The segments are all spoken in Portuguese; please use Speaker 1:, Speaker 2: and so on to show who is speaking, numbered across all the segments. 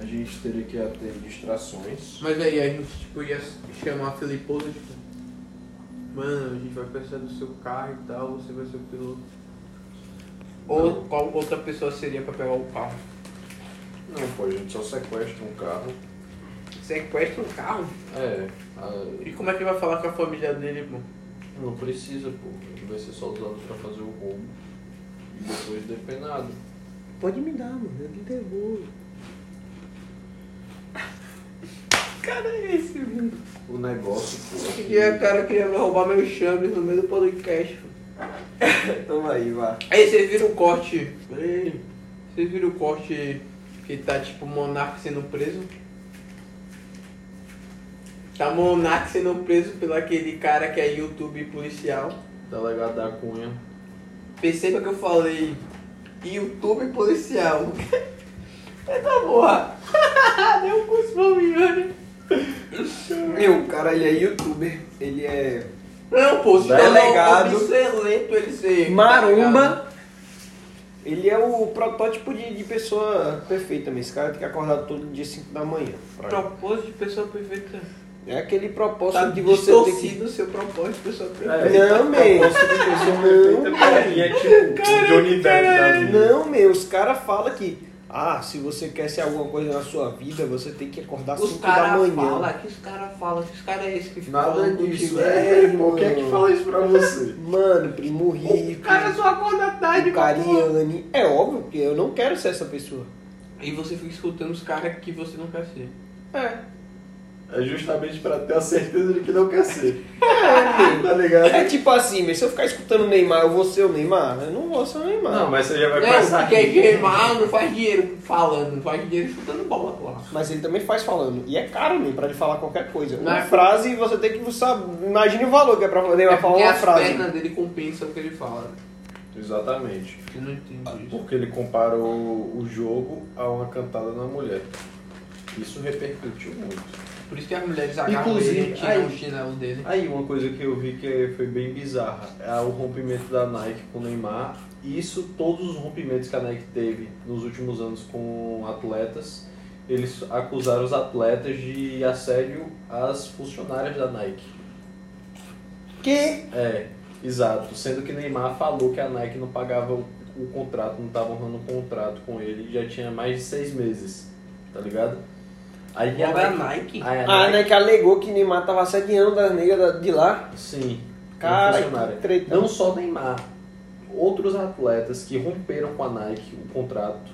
Speaker 1: A gente teria que ter distrações.
Speaker 2: Mas aí a gente tipo, ia chamar a Filiposa, tipo, mano, a gente vai precisar do seu carro e tal, você vai ser o piloto. Ou qual outra pessoa seria pra pegar o carro?
Speaker 1: Não, pô, a gente só sequestra um carro.
Speaker 2: Sequestra o carro?
Speaker 3: É.
Speaker 2: E
Speaker 3: a-
Speaker 2: como é que vai falar com a família dele, pô?
Speaker 3: Não precisa, pô. Ele vai ser só usado pra fazer o roubo. E depois depenado.
Speaker 4: Pode me dar, mano. Eu lhe devolvo.
Speaker 2: Cara, é esse, mano.
Speaker 1: O negócio, pô. é aqui-
Speaker 2: E a cara queria roubar meu chambres no meio do podcast, pô.
Speaker 4: Toma aí, vá.
Speaker 2: Aí vocês viram o corte. Ei, Vocês viram o corte que tá tipo o Monark sendo preso? Tá Monark sendo preso pelo aquele cara que é YouTube policial.
Speaker 3: Delegado da Cunha.
Speaker 2: Perceba que eu falei YouTube policial. Eita porra! Deu um cuspão em mim.
Speaker 4: Meu, o cara, ele é youtuber. Ele é
Speaker 2: Não, pô, se
Speaker 4: Delegado.
Speaker 2: Isso é lento ele ser.
Speaker 4: maromba. Ele é o protótipo de, de pessoa perfeita, mas esse cara tem que acordar todo dia 5 da manhã.
Speaker 2: Tá ligado? Propósito de pessoa perfeita.
Speaker 4: É aquele propósito
Speaker 2: Tá
Speaker 4: de você ter que...
Speaker 2: distorcido É, tá o seu propósito de pessoa perfeita.
Speaker 4: Não, meu.
Speaker 1: Perfeita pra mim é tipo Johnny Depp da vida.
Speaker 4: Não, meu, os caras falam que, ah, se você quer ser alguma coisa na sua vida, você tem que acordar
Speaker 2: Os
Speaker 4: 5 da
Speaker 2: caras
Speaker 4: manhã.
Speaker 2: falam, que os caras falam, que os caras é esse que fica
Speaker 1: Nada
Speaker 2: falando
Speaker 1: disso.
Speaker 2: contigo.
Speaker 1: É, irmão, quem é que fala isso pra você?
Speaker 4: Mano, primo rico,
Speaker 2: O cara só acorda à tarde, pô.
Speaker 4: cariane. É óbvio que eu não quero ser essa pessoa.
Speaker 2: E você fica escutando os caras que você não quer ser.
Speaker 4: É.
Speaker 1: É justamente pra ter a certeza de que não quer ser.
Speaker 4: É, meu.
Speaker 1: Tá ligado?
Speaker 4: É tipo assim, mas se eu ficar escutando o Neymar, eu vou ser o Neymar? Eu não vou ser o Neymar.
Speaker 1: Não, é mas você já vai começar
Speaker 2: Não,
Speaker 1: aqui.
Speaker 2: Né? quer queimar, não faz dinheiro falando, não faz dinheiro chutando bola, porra.
Speaker 4: Mas ele também faz falando. E é caro, meu, pra ele falar qualquer coisa. Uma
Speaker 2: Não.
Speaker 4: frase você tem que saber. Imagine o valor que é pra o Neymar falar
Speaker 2: Porque
Speaker 4: uma
Speaker 2: as
Speaker 4: frase.
Speaker 2: pernas dele compensam o que ele fala.
Speaker 1: Exatamente.
Speaker 2: Eu não entendo isso.
Speaker 1: Porque ele comparou o jogo a uma cantada na mulher. Isso repercutiu muito.
Speaker 2: Por isso que as mulheres agarram
Speaker 1: Inclusive,
Speaker 2: ele e tiram
Speaker 1: aí-
Speaker 2: o chinelo dele.
Speaker 1: Aí uma coisa que eu vi que foi bem bizarra é o rompimento da Nike com o Neymar. Isso, todos os rompimentos que a Nike teve nos últimos anos com atletas, eles acusaram os atletas de assédio às funcionárias da Nike.
Speaker 4: Que?
Speaker 1: É, exato. Sendo que Neymar falou que a Nike não pagava o, o contrato, não tava honrando o contrato com ele já tinha mais de seis meses, tá ligado? Aí a
Speaker 2: Agora a
Speaker 1: Nike.
Speaker 2: Nike.
Speaker 1: aí a
Speaker 4: A
Speaker 2: né?
Speaker 1: Nike-
Speaker 4: Nike alegou que Neymar tava assediando das negras da- de lá.
Speaker 1: Sim.
Speaker 4: Cara,
Speaker 1: uma funcionária.
Speaker 4: que treta.
Speaker 1: Não só Neymar, outros atletas que romperam com a Nike o contrato.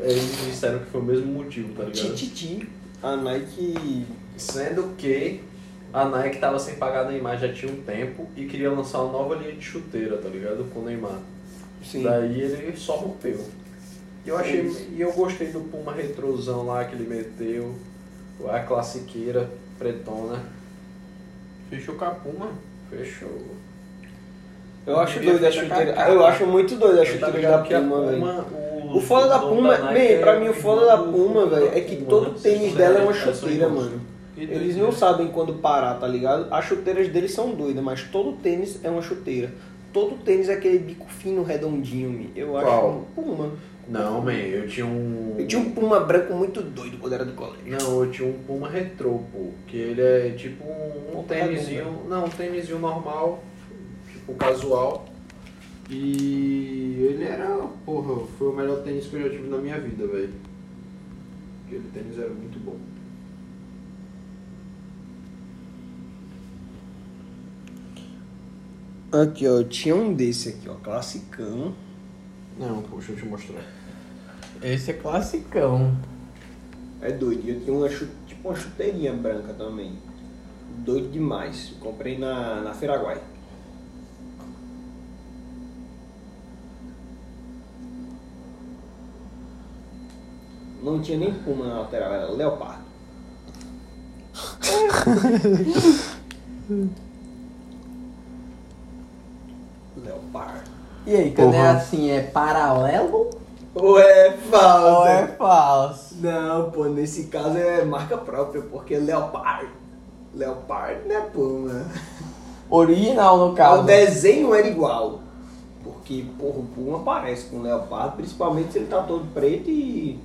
Speaker 1: eh, Eles disseram que foi o mesmo motivo, tá ligado?
Speaker 4: Tititi. A Nike.
Speaker 1: Sendo que a Nike tava sem pagar Neymar já tinha um tempo e queria lançar uma nova linha de chuteira, tá ligado? Com Neymar.
Speaker 4: Sim.
Speaker 1: Daí ele só rompeu. E eu achei. E eu gostei do Puma retrosão lá que ele meteu. A classiqueira pretona.
Speaker 2: Fechou com a Puma.
Speaker 1: Fechou.
Speaker 4: Eu acho
Speaker 2: Devia
Speaker 4: doido a
Speaker 2: ficar
Speaker 4: chuteira.
Speaker 2: tá cara.
Speaker 4: Eu acho muito doido a
Speaker 1: Tá
Speaker 4: chuteira da
Speaker 1: ligado que a é
Speaker 4: Puma, velho.
Speaker 1: o-
Speaker 4: O foda da
Speaker 1: dono
Speaker 4: Puma,
Speaker 1: Nike
Speaker 4: bem, pra
Speaker 1: é
Speaker 4: mim o
Speaker 1: o
Speaker 4: foda da
Speaker 1: irmão do
Speaker 4: Puma,
Speaker 1: dono da
Speaker 4: velho, é que
Speaker 1: Puma,
Speaker 4: todo
Speaker 1: né?
Speaker 4: tênis
Speaker 1: Vocês
Speaker 4: dela é
Speaker 1: são
Speaker 4: uma
Speaker 1: irmãos,
Speaker 4: chuteira,
Speaker 1: são irmãos.
Speaker 4: mano.
Speaker 2: Que
Speaker 4: Eles
Speaker 2: doideira.
Speaker 4: não sabem quando parar, tá ligado? As chuteiras deles são doidas, mas todo tênis é uma chuteira. Todo tênis é aquele bico fino, redondinho, mi. Eu acho
Speaker 1: Qual?
Speaker 4: um Puma.
Speaker 1: Não, man, eu tinha um.
Speaker 4: Eu tinha um Puma branco muito doido quando era do colégio.
Speaker 1: Não, eu tinha um Puma retrô, pô. Que ele é tipo um, um
Speaker 4: Ponta
Speaker 1: tênisinho. Não, um tênisinho normal, tipo casual. E ele era, porra, foi o melhor tênis que eu já tive na minha vida, velho. Aquele tênis era muito bom.
Speaker 4: Aqui, ó, eu tinha um desse aqui, ó, classicão.
Speaker 1: Não, poxa, deixa eu te mostrar.
Speaker 2: Esse é classicão.
Speaker 4: É doido. E Eu tinha uma, chu- tipo uma chuteirinha branca também. Doido demais. Eu comprei na, na Firaguai. Não tinha nem puma na lateral, era leopardo. leopardo.
Speaker 2: E aí, quando é assim, é paralelo
Speaker 4: Ué,
Speaker 2: ou
Speaker 4: falsa.
Speaker 2: é falso?
Speaker 4: Não, pô, nesse caso é marca própria, porque é Leopard. Leopard não é Puma.
Speaker 2: Original, no
Speaker 4: O
Speaker 2: caso.
Speaker 4: desenho era igual. Porque, porra, o Puma parece com o Leopard, principalmente se ele tá todo preto e.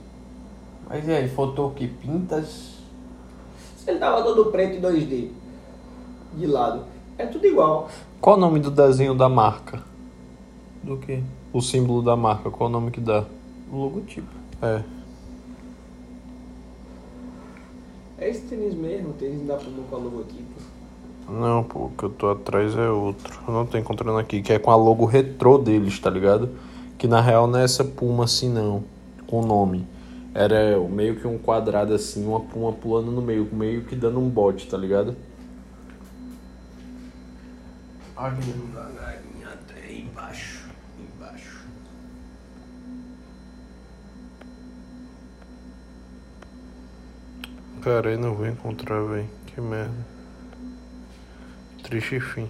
Speaker 2: Aí Mas e aí, faltou o que? Pintas?
Speaker 5: Ele tava todo preto e 2D. De lado. É tudo igual.
Speaker 4: Qual o nome do desenho da marca?
Speaker 2: Do que?
Speaker 4: O símbolo da marca, qual o nome que dá?
Speaker 2: O logotipo.
Speaker 4: É.
Speaker 5: É esse tênis mesmo, o tênis da Puma com a logotipo.
Speaker 4: Não, pô, o que eu tô atrás é outro. Eu não tô encontrando aqui, que é com a logo retrô deles, tá ligado? Que na real não é essa puma assim não, com o nome. Era meio que um quadrado assim, uma puma pulando no meio, meio que dando um bote, tá ligado?
Speaker 2: Olha
Speaker 5: Devagarinho até embaixo. Embaixo.
Speaker 4: Cara, aí não vou encontrar, velho. Que merda. Triste fim.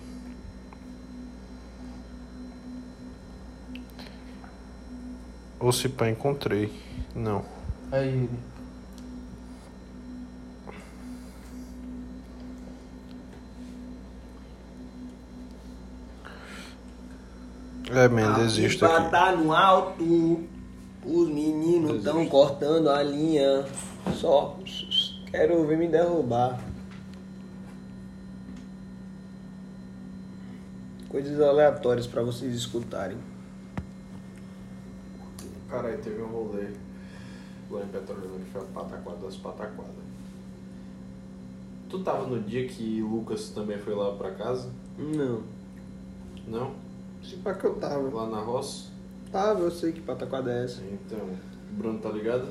Speaker 4: Ou se pá, encontrei. Não.
Speaker 2: aí ele.
Speaker 4: É, man, desisto
Speaker 5: A pipa
Speaker 4: aqui.
Speaker 5: tá no alto. Os meninos estão cortando a linha. Só quero ver me derrubar. Coisas aleatórias pra vocês escutarem.
Speaker 1: Caralho, teve um rolê lá em Petrolina que foi a pataquada das pataquadas. né? Tu tava no dia que Lucas também foi lá pra casa?
Speaker 5: Não.
Speaker 1: Não?
Speaker 5: Se pá que eu tava.
Speaker 1: Lá na roça?
Speaker 5: Tava, eu sei que pataquada é essa.
Speaker 1: Então, Bruno tá ligado?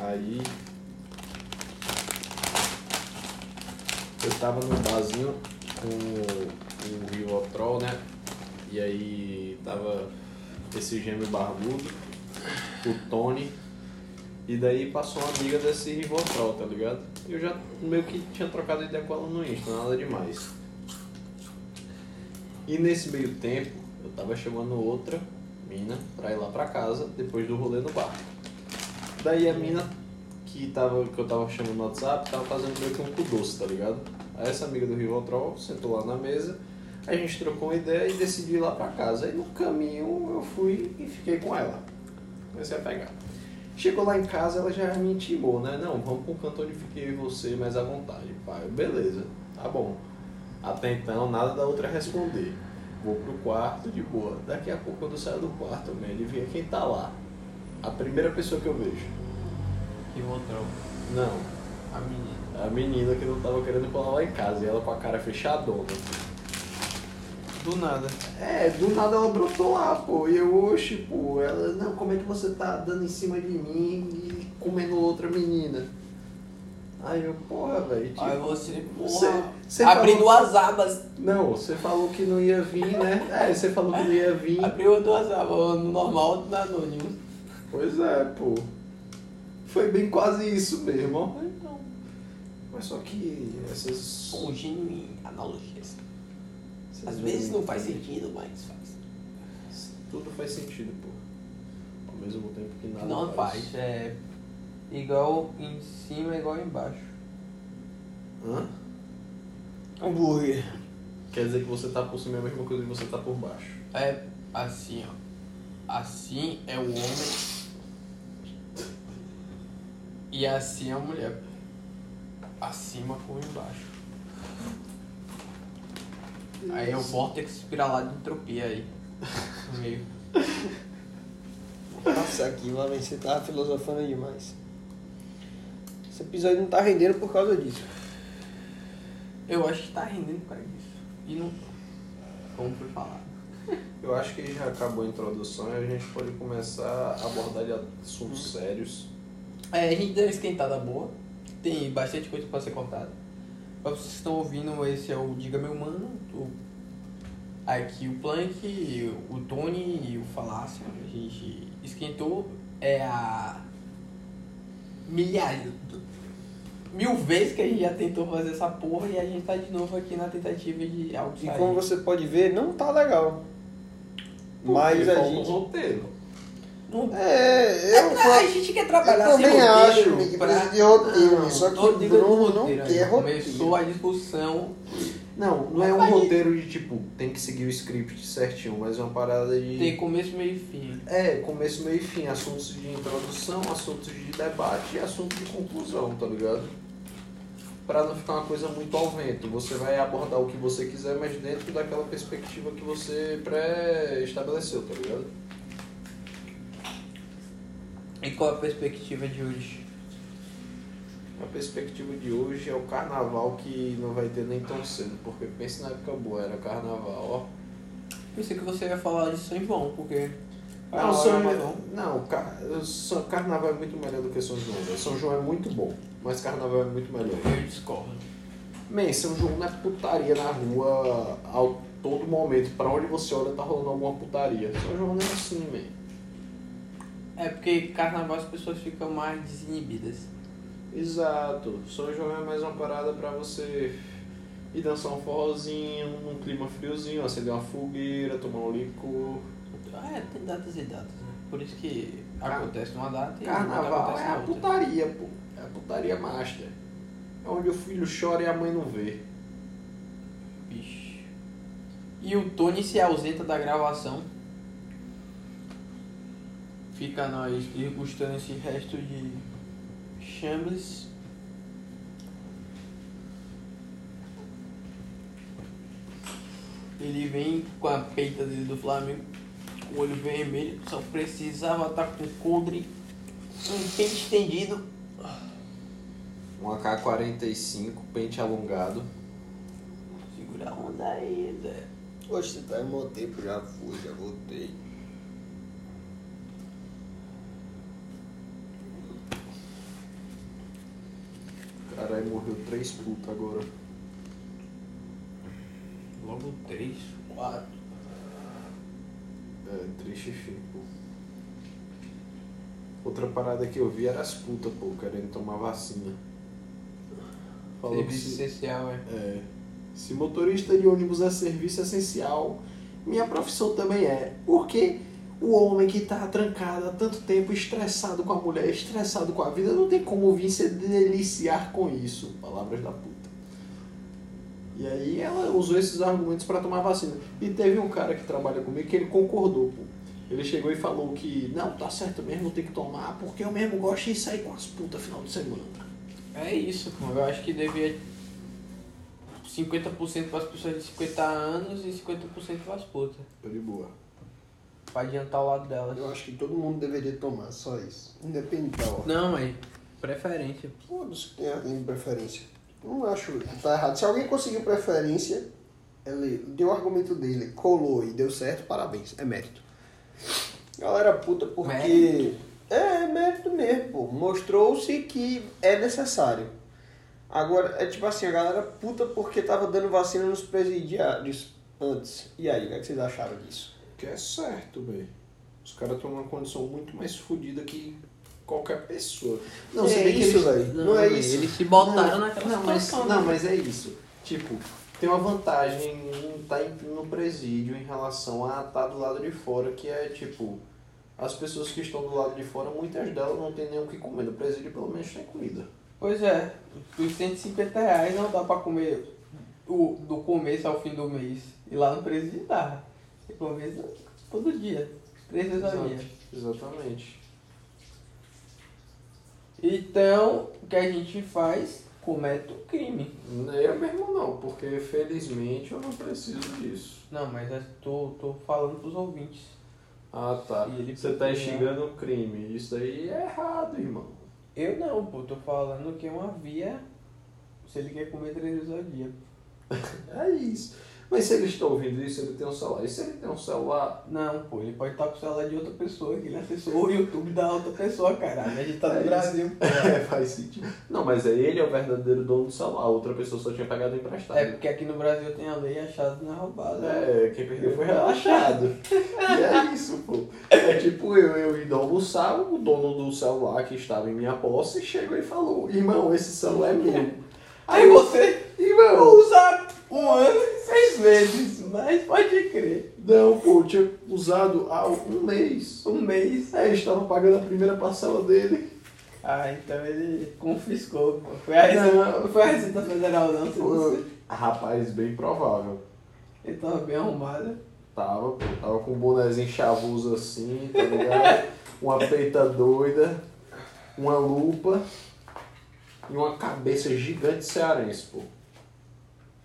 Speaker 1: Aí. Eu tava num barzinho com o Rio Otrol, né? E aí tava esse gêmeo barbudo, o Tony. E daí passou uma amiga desse Rivotrol, tá ligado? E eu já meio que tinha trocado ideia com ela no Insta, nada demais. E nesse meio tempo, eu tava chamando outra mina pra ir lá pra casa, depois do rolê no bar. Daí a mina que, tava, que eu tava chamando no WhatsApp tava fazendo meio que um cu doce, tá ligado? Aí essa amiga do Rivotrol sentou lá na mesa, a gente trocou uma ideia e decidi ir lá pra casa. Aí no caminho eu fui e fiquei com ela. Comecei a pegar. Chegou lá em casa, ela já me intimou, né? Não, vamos pro canto onde fiquei eu e você mais à vontade. Pai, Eu, beleza, tá bom. Até então, nada da outra responder. Vou pro quarto de boa. Daqui a pouco, quando eu saio do quarto, man, ele vê quem tá lá. A primeira pessoa que eu vejo.
Speaker 2: E motrão.
Speaker 1: Não,
Speaker 2: A menina.
Speaker 1: a menina que não tava querendo colar lá em casa. E ela com a cara fechadona.
Speaker 2: Do nada.
Speaker 1: É, do nada ela brotou lá, pô. E eu, oxe, pô. Ela, não, como é que você tá dando em cima de mim e comendo outra menina? Aí eu, porra, velho. tipo,
Speaker 2: Aí você,
Speaker 1: você-
Speaker 2: porra,
Speaker 1: você
Speaker 2: abrindo
Speaker 1: falou-
Speaker 2: as abas.
Speaker 1: Não, você falou que não ia vir, né? É, você falou que não ia vir.
Speaker 2: Abriu duas abas, uma no normal, outra no anônimo.
Speaker 1: Pois é, pô. Foi bem quase isso mesmo. ó.
Speaker 2: Então,
Speaker 1: Mas só que essas.
Speaker 2: com gênio e analogias.
Speaker 1: essas
Speaker 2: Às vezes não faz
Speaker 1: sentido.
Speaker 2: sentido, mas faz.
Speaker 1: Tudo faz sentido, pô. Ao mesmo tempo que nada
Speaker 2: Não faz, é igual em cima, é igual embaixo.
Speaker 1: Hã?
Speaker 5: Hambúrguer.
Speaker 1: Quer dizer que você tá por cima é a mesma coisa que você tá por baixo.
Speaker 2: É assim, ó. Assim é o homem. E assim é a mulher. Acima com embaixo. Aí é o vórtex espiralado de entropia aí. No meio.
Speaker 5: Nossa, aqui, lá vem, você tava filosofando demais. Esse episódio não tá rendendo por causa disso.
Speaker 2: Eu acho que tá rendendo por causa disso. E não. Como foi falado.
Speaker 1: Eu acho que já acabou a introdução e a gente pode começar a abordar de assuntos
Speaker 2: Hum.
Speaker 1: sérios.
Speaker 2: É, a gente deu uma esquentada boa. Tem bastante coisa pra ser contada. Pra vocês que estão ouvindo, esse é o Diga Meu Mano. O... Aqui o Plank, o Tony e o Falácia. A gente esquentou. É a. Milhares. Mil vezes que a gente já tentou fazer essa porra e a gente tá de novo aqui na tentativa de algo
Speaker 5: E
Speaker 2: sair.
Speaker 5: como você pode ver, não tá legal. Mas
Speaker 1: Porque
Speaker 5: a
Speaker 1: falta um
Speaker 5: gente.
Speaker 1: roteiro.
Speaker 2: Não-
Speaker 5: É, eu,
Speaker 2: Ah, a gente quer trabalhar
Speaker 5: eu
Speaker 2: sem
Speaker 5: também acho
Speaker 2: roteiro
Speaker 5: que
Speaker 2: pra- Ah,
Speaker 5: precisa de roteiro, só que
Speaker 2: tô
Speaker 5: o
Speaker 2: ligando no
Speaker 5: Bruno não
Speaker 2: roteiro
Speaker 5: quer
Speaker 2: ainda. Começou
Speaker 5: roteiro.
Speaker 2: a discussão
Speaker 1: Não, não é um
Speaker 2: Mas-
Speaker 1: roteiro de tipo, tem que seguir o script certinho, mas é uma parada de.
Speaker 2: Tem começo, meio e fim.
Speaker 1: É, começo, meio e fim. Assuntos de introdução, assuntos de debate e assunto de conclusão, tá ligado? Pra não ficar uma coisa muito ao vento. Você vai abordar o que você quiser, mas dentro daquela perspectiva que você pré-estabeleceu, tá ligado?
Speaker 2: E qual a perspectiva de hoje?
Speaker 1: A perspectiva de hoje é o carnaval que não vai ter nem tão cedo, porque pensa na época boa, era carnaval, ó.
Speaker 2: Pensei que você ia falar de São João, porque.
Speaker 1: Não,
Speaker 2: Ah,
Speaker 1: São
Speaker 2: Ramadão.
Speaker 1: João, não ca- São- carnaval é muito melhor do que São João. velho. São João é muito bom, mas carnaval é muito melhor.
Speaker 2: Eu discordo.
Speaker 1: Man, São João não é putaria na rua ao todo momento. Pra onde você olha tá rolando alguma putaria. São João não é assim, man.
Speaker 2: É porque carnaval as pessoas ficam mais desinibidas.
Speaker 1: Exato. São João é mais uma parada pra você ir dançar um forrozinho, num clima friozinho, acender uma fogueira, tomar um licor.
Speaker 2: Ah, é, tem datas e datas, né? Por isso que acontece numa data e outra
Speaker 1: Carnaval
Speaker 2: acontece
Speaker 1: é a
Speaker 2: na outra.
Speaker 1: putaria, pô. É a putaria master. É onde o filho chora e a mãe não vê.
Speaker 2: Vixe. E o Tony se ausenta da gravação. Fica nós degustando esse resto de chambles. Ele vem com a peita dele do Flamengo, com o olho vermelho, só precisava estar com o coldre, um pente estendido.
Speaker 1: Um AK-45, pente alongado.
Speaker 2: Segura a onda aí, Zé.
Speaker 5: Hoje você tá em meu tempo, já fui, já voltei.
Speaker 1: Caralho, morreu três putos agora.
Speaker 2: Logo 3, 4.
Speaker 1: É, triste fim, pô. Outra parada que eu vi era as putas, pô, querendo tomar vacina. Falou que
Speaker 2: Serviço
Speaker 1: se,
Speaker 2: essencial, é.
Speaker 1: é, se motorista de ônibus é serviço essencial, minha profissão também é. Porque o homem que tá trancado há tanto tempo, estressado com a mulher, estressado com a vida, não tem como vir se deliciar com isso. Palavras da puta. E aí ela usou esses argumentos pra tomar vacina. E teve um cara que trabalha comigo que ele concordou, pô. Ele chegou e falou que não, tá certo mesmo, tem que tomar, porque eu mesmo gosto de sair com as putas final de semana.
Speaker 2: É isso, pô. Eu acho que devia 50% para as pessoas de 50 anos e 50% para as putas.
Speaker 1: Tô de boa.
Speaker 2: Pra adiantar o lado delas.
Speaker 5: Eu acho que todo mundo deveria tomar, só isso. Independente da ordem.
Speaker 2: Não, mas preferência.
Speaker 5: Foda-se que tem- tem preferência. Eu Não acho que tá errado. Se alguém conseguiu preferência, ele deu o argumento dele, colou e deu certo, parabéns, é mérito. Galera puta, porque.
Speaker 2: Mérito?
Speaker 5: É, é mérito mesmo, pô. Mostrou-se que é necessário. Agora, é tipo assim, a galera puta porque tava dando vacina nos presidiários antes. E aí, o que, é que vocês acharam disso?
Speaker 1: Que é certo, velho. Os caras estão numa condição muito mais fodida que qualquer pessoa.
Speaker 5: É
Speaker 1: se bem que
Speaker 5: isso,
Speaker 1: eles-
Speaker 5: velho. Não é
Speaker 2: velho,
Speaker 5: isso.
Speaker 2: Eles se botaram
Speaker 1: Não,
Speaker 2: naquela
Speaker 1: não, mas,
Speaker 2: situação,
Speaker 1: não,
Speaker 2: né?
Speaker 1: mas é isso. Tipo, tem uma vantagem em estar no presídio em relação a estar do lado de fora, que é tipo, as pessoas que estão do lado de fora, muitas delas não tem nem o que comer. No presídio pelo menos tem comida.
Speaker 2: Pois é. Os 150 reais não dá pra comer o, do começo ao fim do mês. E lá no presídio dá. Você come Tipo, todo dia. Três vezes ao dia.
Speaker 1: Exatamente.
Speaker 2: Então, o que a gente faz? Comete um crime.
Speaker 1: Eu mesmo não, porque felizmente eu não preciso disso.
Speaker 2: Não, mas eu tô, tô falando pros ouvintes.
Speaker 1: Ah tá.
Speaker 2: E ele
Speaker 1: Você tá
Speaker 2: procura-
Speaker 1: instigando um crime. Isso daí é errado, irmão.
Speaker 2: Eu não, pô, tô falando que é uma via. Se ele quer comer três vezes ao dia.
Speaker 1: É isso. Mas se ele está ouvindo isso, ele tem um celular. E se ele tem um celular,
Speaker 2: Não, pô, ele pode estar com o celular de outra pessoa, que ele acessou o YouTube da outra pessoa, caralho. A gente tá
Speaker 1: É
Speaker 2: no
Speaker 1: isso.
Speaker 2: Brasil.
Speaker 1: é, faz sentido. Não, mas é ele é o verdadeiro dono do celular. A outra pessoa só tinha pegado emprestado.
Speaker 2: É porque aqui no Brasil tem a lei achado não é roubado. né?
Speaker 1: É, quem perdeu foi relaxado. e é isso, pô. É tipo eu, eu indo almoçar, o dono do celular que estava em minha posse chegou e falou: Irmão, esse celular é meu.
Speaker 2: Aí você
Speaker 1: Irmão,
Speaker 2: usa um ano e seis meses, mas pode crer.
Speaker 1: não, pô, eu tinha usado há um mês.
Speaker 2: Um mês.
Speaker 1: É, eu estava pagando a primeira parcela dele.
Speaker 2: Ah, então ele confiscou, pô. Foi a Receita,
Speaker 1: Não.
Speaker 2: foi a Receita Federal, não?
Speaker 1: Foi.
Speaker 2: Você-
Speaker 1: Rapaz, bem provável.
Speaker 2: Ele tava bem arrumado.
Speaker 1: Tava, pô, tava com um bonézinho chavoso assim, tá ligado? uma peita doida, uma lupa e uma cabeça gigante cearense, pô.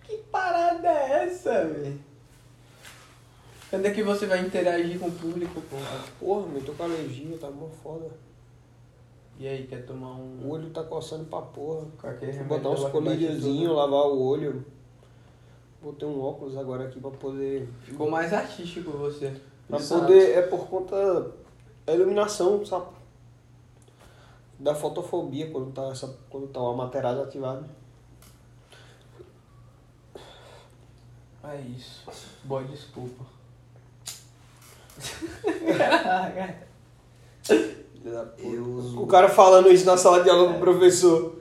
Speaker 2: Que parada é essa, velho? Quando é que você vai interagir com o público, pô?
Speaker 5: Porra, meu, tô com alergia, tá mó foda.
Speaker 2: E aí, quer tomar
Speaker 5: O
Speaker 2: um.
Speaker 5: olho tá coçando pra porra.
Speaker 2: com aquele remédio
Speaker 5: Botar uns
Speaker 2: lá que bate
Speaker 5: colíriozinhos,
Speaker 2: tudo?
Speaker 5: lavar o olho. Botei um óculos agora aqui pra poder. um
Speaker 2: Ficou mais artístico você.
Speaker 5: Pra
Speaker 1: Exato.
Speaker 5: poder. É por conta da iluminação, sabe? Da fotofobia quando tá, essa, quando tá o amaterado ativado.
Speaker 2: É isso. Boa desculpa.
Speaker 5: O cara falando isso na sala de aula pro professor.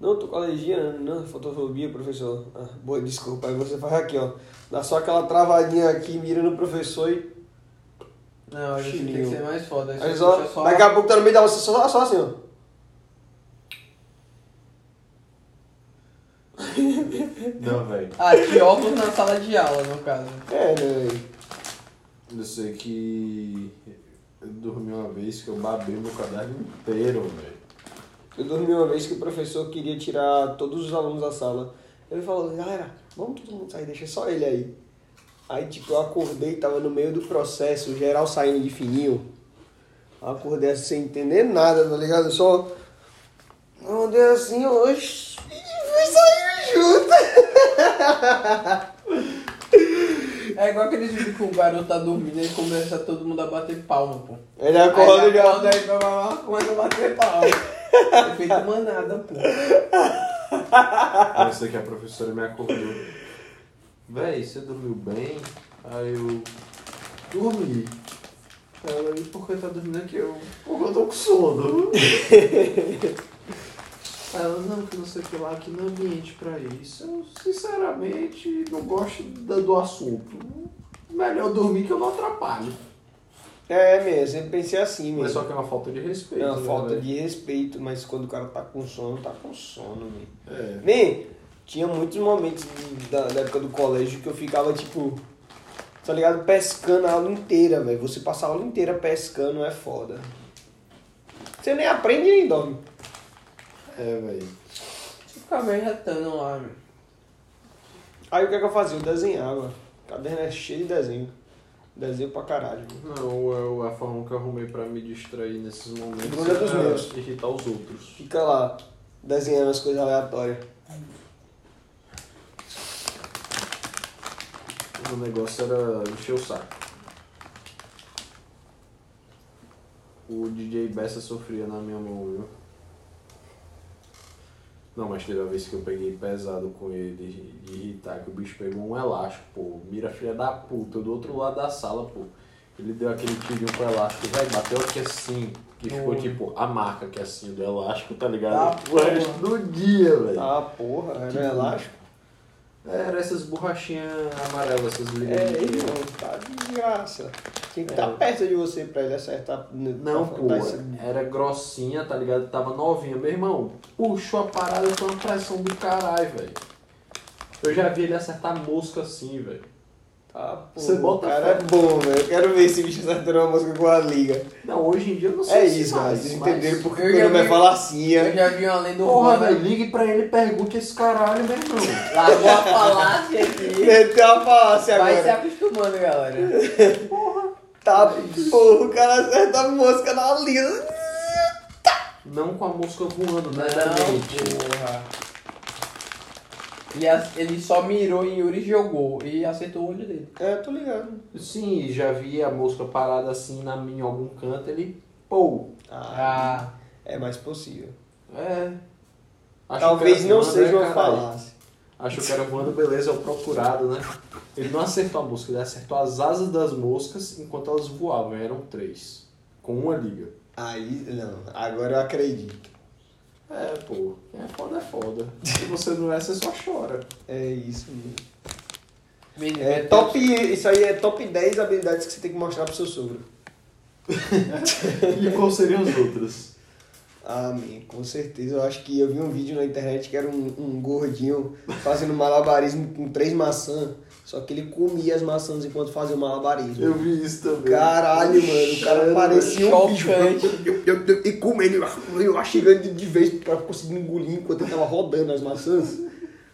Speaker 5: Não, tô com alergia, né? não, fotofobia, professor. Ah, boa, desculpa. Aí você faz aqui, ó. Dá só aquela travadinha aqui, mira no professor e.
Speaker 2: Não, a gente tem que
Speaker 5: Chininho.
Speaker 2: ser mais foda. Aí
Speaker 5: Aí
Speaker 2: você
Speaker 5: só,
Speaker 2: puxa só-
Speaker 5: daqui a pouco tá no meio da aula, você só, só assim, ó.
Speaker 1: Não, velho.
Speaker 2: Ah, que óculos na sala de aula, no caso.
Speaker 5: É, né, velho?
Speaker 1: Eu sei que eu dormi uma vez que eu babei meu caderno inteiro, velho.
Speaker 5: Eu dormi uma vez que o professor queria tirar todos os alunos da sala. Ele falou, galera, vamos todo mundo sair, deixa só ele aí. Aí, tipo, eu acordei, tava no meio do processo, geral saindo de fininho. Eu acordei assim, sem entender nada, tá ligado? Eu só eu andei assim, hoje fui sair junto.
Speaker 2: É igual aqueles vídeos que o garoto tá dormindo e começa todo mundo a bater palma, pô.
Speaker 5: Ele acorda
Speaker 2: Aí
Speaker 5: e já...
Speaker 2: acorda aí, blá, blá, blá, começa a bater palma. Efeito manada, pô.
Speaker 1: Eu sei que a professora me acordou. Véi, você dormiu bem? Aí eu dormi. Ela, e por que tá dormindo aqui? Eu, porque eu tô com sono. Aí Ela, não, que não sei o que lá, que não é ambiente pra isso. Eu, sinceramente, não gosto da- do assunto. Melhor dormir que eu não atrapalho.
Speaker 5: É, mesmo, eu sempre pensei assim,
Speaker 1: Mas
Speaker 5: mesmo.
Speaker 1: só que é uma falta de respeito.
Speaker 5: É uma
Speaker 1: né,
Speaker 5: falta
Speaker 1: velho?
Speaker 5: de respeito, mas quando o cara tá com sono, tá com sono, mesmo.
Speaker 1: É.
Speaker 5: Man, tinha muitos momentos de- da, da época do colégio que eu ficava, tipo, tá ligado? Pescando a aula inteira, velho. Você passar a aula inteira pescando é foda. Você nem aprende nem dorme.
Speaker 1: É, velho.
Speaker 2: Você fica meio retando lá, meu.
Speaker 5: Aí o que, é que eu fazia? Eu desenhava. O caderno é cheio de desenho. Desenho pra caralho. mano.
Speaker 1: Não, eu, a forma que eu arrumei pra me distrair nesses momentos
Speaker 5: Brulha é dos
Speaker 1: era
Speaker 5: meus.
Speaker 1: irritar os outros.
Speaker 5: Fica lá, desenhando as coisas aleatórias.
Speaker 1: O negócio era encher o saco. O DJ Bessa sofria na minha mão, viu? Não, mas teve a vez que eu peguei pesado com ele de irritar, que o bicho pegou um elástico, pô. Mira filha da puta, do outro lado da sala, pô. Ele deu aquele tirinho com o elástico, velho, bateu aqui assim, que ficou
Speaker 2: Ui.
Speaker 1: tipo a marca que é assim do elástico, tá
Speaker 2: Ah,
Speaker 1: ligado? o resto do dia, velho.
Speaker 5: Ah, porra, era elástico.
Speaker 1: Era essas borrachinhas amarelas, essas
Speaker 5: É,
Speaker 1: ligas.
Speaker 5: ele não, tá de graça. Tinha que estar
Speaker 1: É.
Speaker 5: perto de você pra ele acertar. né,
Speaker 1: Não,
Speaker 5: pra
Speaker 1: pô,
Speaker 5: dar essa-
Speaker 1: era grossinha, tá ligado? Tava novinha. Meu irmão, puxou a parada com uma pressão do caralho, velho. Eu já vi ele acertar mosca assim, velho.
Speaker 5: Tá, pô,
Speaker 1: Você bota
Speaker 5: o cara
Speaker 1: fé.
Speaker 5: é bom, velho. Eu quero ver esse bicho acertando uma música com a liga.
Speaker 1: Não, hoje em dia eu não sei
Speaker 5: É
Speaker 1: se
Speaker 5: isso, galera.
Speaker 1: faz,
Speaker 5: Vocês
Speaker 1: mas-
Speaker 5: entenderam porque
Speaker 2: Eu
Speaker 5: meu
Speaker 2: já
Speaker 5: nome é
Speaker 2: vi- Eu
Speaker 5: falacinha.
Speaker 2: já vi uma lenda
Speaker 1: Porra,
Speaker 5: é,
Speaker 2: urbana.
Speaker 1: velho,
Speaker 5: né?
Speaker 1: ligue pra ele e pergunte esse caralho, meu irmão.
Speaker 2: Largou a falácia aqui.
Speaker 5: Meteu uma falácia
Speaker 2: Vai se
Speaker 5: agora.
Speaker 2: acostumando, galera.
Speaker 5: Tá, porra, o cara acerta a mosca na liga.
Speaker 1: não com a mosca voando, né? da mente.
Speaker 2: Não, porra. Ele, ac- ele só mirou em Yuri e jogou. E acertou o olho dele.
Speaker 5: É, tô ligado.
Speaker 1: Sim, já vi a mosca parada assim na minha em algum canto, ele. Pô,
Speaker 5: Ah,
Speaker 2: Ah,
Speaker 5: é mais possível.
Speaker 1: é. Acho
Speaker 5: Talvez
Speaker 1: que
Speaker 5: não
Speaker 1: era voando,
Speaker 5: seja
Speaker 1: né,
Speaker 5: uma
Speaker 1: caralho?
Speaker 5: falácia.
Speaker 1: Achou que era voando, beleza, é o procurado, né? Ele não acertou a mosca, ele acertou as asas das moscas enquanto elas voavam, eram três. Com uma liga.
Speaker 5: Aí, não, agora eu acredito.
Speaker 1: É, pô, quem é foda é foda. Se você não é, você só chora.
Speaker 5: É isso mesmo.
Speaker 2: menino,
Speaker 5: É
Speaker 2: eu
Speaker 5: top, isso aí é top 10 habilidades que você tem que mostrar pro seu sogro.
Speaker 1: E qual seriam as outras?
Speaker 5: Amém, Ah, com certeza. Eu acho que eu vi um vídeo na internet que era um, um gordinho fazendo malabarismo com três maçãs. Só que ele comia as maçãs enquanto fazia o malabarismo.
Speaker 1: Eu vi isso também.
Speaker 5: Caralho, mano, o cara
Speaker 1: Chocante.
Speaker 5: parecia um bicho. Eu- eu- eu- E como ele eu achei de vez pra conseguir engolir enquanto ele tava rodando as maçãs.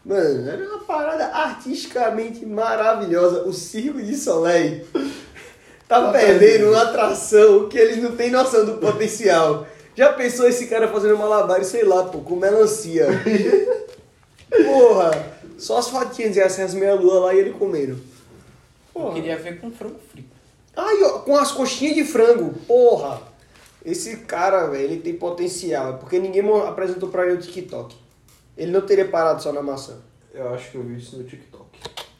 Speaker 5: Mano, era uma parada artisticamente maravilhosa. O circo de Soleil tá perdendo uma atração que eles não têm noção do potencial. Já pensou esse cara fazendo malabar, sei lá, pô, com melancia? Porra! Só as fatinhas e essas meia-lua lá e ele comendo.
Speaker 2: Eu
Speaker 5: Porra.
Speaker 2: queria ver com frango frito.
Speaker 5: Ai, ó, com as coxinhas de frango, porra! Esse cara, velho, ele tem potencial. É porque ninguém mo- apresentou pra ele o TikTok. Ele não teria parado só na maçã.
Speaker 1: Eu acho que eu vi isso no TikTok.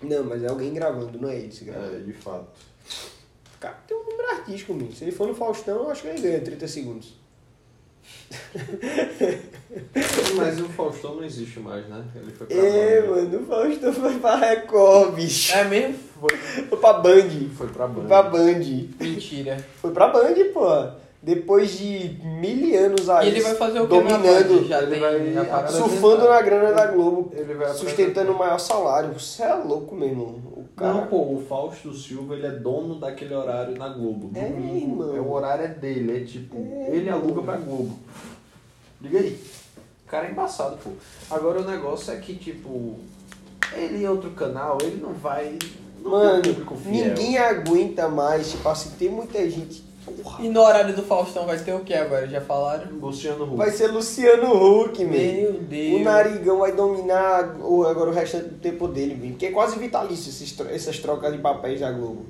Speaker 5: Não, mas é alguém gravando, não é ele se gravando.
Speaker 1: É, de fato.
Speaker 2: É.
Speaker 5: O cara tem um número artístico, menino. Se ele for no Faustão, eu acho que ele ganha 30 segundos.
Speaker 1: Mas o Faustão não existe mais, né? Ele
Speaker 2: Tá
Speaker 1: foi pra
Speaker 5: É,
Speaker 1: Band.
Speaker 5: mano, o Faustão foi pra Record, bicho.
Speaker 2: É mesmo?
Speaker 5: Foi pra Band.
Speaker 1: Foi pra
Speaker 5: Foi
Speaker 1: Band.
Speaker 5: pra Band.
Speaker 2: Mentira.
Speaker 5: Foi pra Band, pô. Depois de mil anos aí.
Speaker 2: E ele vai fazer o que na Band?
Speaker 5: Dominando.
Speaker 2: Já
Speaker 1: ele
Speaker 2: tem
Speaker 1: vai
Speaker 2: a parada
Speaker 5: Surfando
Speaker 2: dele?
Speaker 5: na grana da Globo.
Speaker 1: Ele vai
Speaker 5: sustentando o maior salário. Você é louco, meu irmão. O cara.
Speaker 1: Não, pô, o Fausto Silva, ele é dono daquele horário na Globo.
Speaker 5: É,
Speaker 1: Domingo,
Speaker 5: irmão.
Speaker 1: é, o horário é dele, é tipo,
Speaker 5: É,
Speaker 1: ele aluga pra Globo. Liga aí. O cara é embaçado, pô. Agora o negócio é que, tipo, ele é outro canal, ele não vai... Não
Speaker 5: Mano,
Speaker 1: tem público fiel.
Speaker 5: ninguém aguenta mais. Tipo assim, tem muita gente. Porra.
Speaker 2: E no horário do Faustão vai ter o que agora? Já falaram?
Speaker 1: Luciano Huck.
Speaker 5: Vai ser Luciano Huck, meu.
Speaker 2: Meu Deus.
Speaker 5: O narigão vai dominar o, agora o restante do tempo dele, meu. Porque é quase vitalício esses tro- essas trocas de papéis da Globo.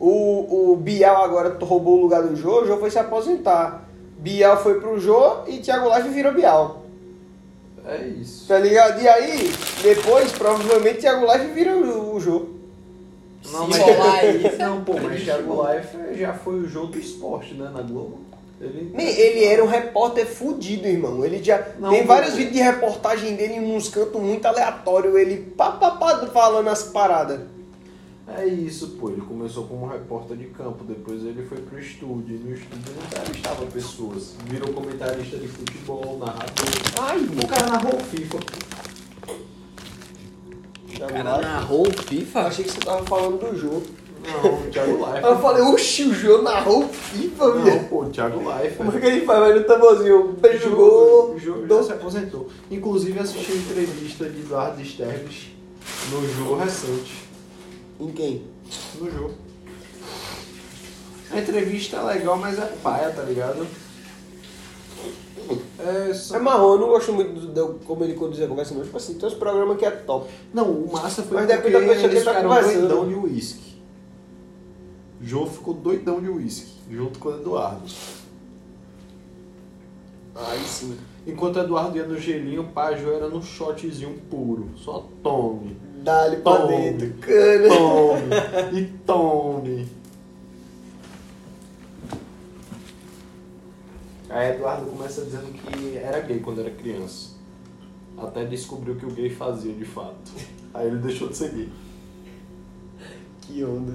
Speaker 5: O, o Bial agora t- roubou o lugar do Jô, o Jô foi se aposentar. Bial foi pro Jô e Thiago Life virou Bial.
Speaker 1: É isso.
Speaker 5: Tá ligado? E aí, depois, provavelmente, Thiago Life vira o, o Jô.
Speaker 2: Se
Speaker 1: Não, mas- é
Speaker 2: rolar isso,
Speaker 1: Não, pô, mas
Speaker 2: triste,
Speaker 1: Thiago
Speaker 2: mano.
Speaker 1: Life já foi o jogo do esporte, né, na Globo. Ele...
Speaker 5: Man, Ele era um repórter fudido, irmão. Ele já.
Speaker 1: Não,
Speaker 5: tem
Speaker 1: não.
Speaker 5: vários vídeos de reportagem dele em uns cantos muito aleatórios. Ele pá, pá, pá, falando as paradas.
Speaker 1: É isso, pô. Ele começou como repórter de campo, depois ele foi pro estúdio. E no estúdio ele entrevistava pessoas. Virou comentarista de futebol, narrador.
Speaker 5: Ai,
Speaker 1: O cara narrou o FIFA.
Speaker 5: Thiago
Speaker 2: Cara,
Speaker 5: Life.
Speaker 2: narrou o FIFA?
Speaker 5: Achei que você tava falando do jogo.
Speaker 1: Não, o Thiago
Speaker 5: Aí eu
Speaker 1: Life.
Speaker 5: falei, oxi, o Jô narrou o FIFA, velho.
Speaker 1: Não, pô, o Thiago
Speaker 5: Como é
Speaker 1: Life.
Speaker 5: que ele faz, velho? O tamborzinho jogou.
Speaker 1: O jogo já
Speaker 5: do-
Speaker 1: se aposentou. Inclusive assisti a entrevista de Eduardo Sterles no jogo recente.
Speaker 5: Em quem?
Speaker 1: no jogo. A entrevista é legal, mas é paia, tá ligado? É, só-
Speaker 5: É marrom, eu não gosto muito do, do- como ele conduzia a conversa, não. Tipo assim, tem uns programas que é top.
Speaker 1: Não, o massa foi
Speaker 5: Mas
Speaker 1: porque
Speaker 5: depende da pessoa que
Speaker 1: eles
Speaker 5: tá
Speaker 1: ficaram
Speaker 5: conversando.
Speaker 1: doidão de uísque. Jô ficou doidão de uísque, junto com o Eduardo.
Speaker 5: Aí sim.
Speaker 1: Enquanto o Eduardo ia no gelinho, o Pajô era no shotzinho puro. Só tome,
Speaker 5: Dá-lhe pra
Speaker 1: Tome.
Speaker 5: dentro, cana.
Speaker 1: tome e tome. Aí Eduardo começa dizendo que era gay quando era criança. Até descobriu que o gay fazia de fato. Aí ele deixou de ser gay.
Speaker 5: Que onda.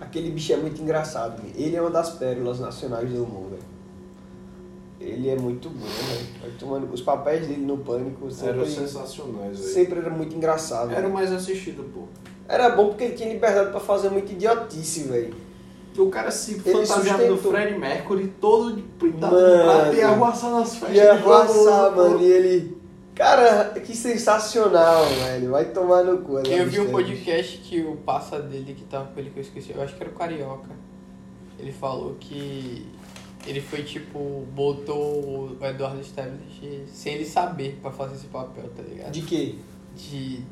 Speaker 5: Aquele bicho é muito engraçado, velho. Ele é uma das pérolas nacionais do humor, velho. Ele é muito bom, velho. Vai tomando- Os papéis dele no Pânico
Speaker 1: Eram
Speaker 5: sempre,
Speaker 1: sensacionais, velho.
Speaker 5: sempre era muito engraçado.
Speaker 1: Era
Speaker 5: velho.
Speaker 1: o
Speaker 2: um-
Speaker 1: mais assistido, pô.
Speaker 5: Era bom porque ele tinha liberdade pra fazer muita idiotice, velho.
Speaker 1: O cara se
Speaker 5: Ele
Speaker 1: fantasiava do
Speaker 5: sustentou.
Speaker 1: Fred Mercury todo de pintado de
Speaker 5: Mano.
Speaker 1: prata e arruaçar nas festas.
Speaker 5: E
Speaker 1: de
Speaker 5: abraçar,
Speaker 1: famoso, pô.
Speaker 5: mano. E ele... Cara, que sensacional, velho. Vai tomar no cu. né,
Speaker 2: Eu vi um
Speaker 5: Mr.
Speaker 2: podcast que o passa dele que tava com ele que eu esqueci, eu acho que era o Carioca. Ele falou que ele foi tipo, botou o Eduardo Sterling sem ele saber pra fazer esse papel, tá ligado?
Speaker 5: De quê?
Speaker 2: De, de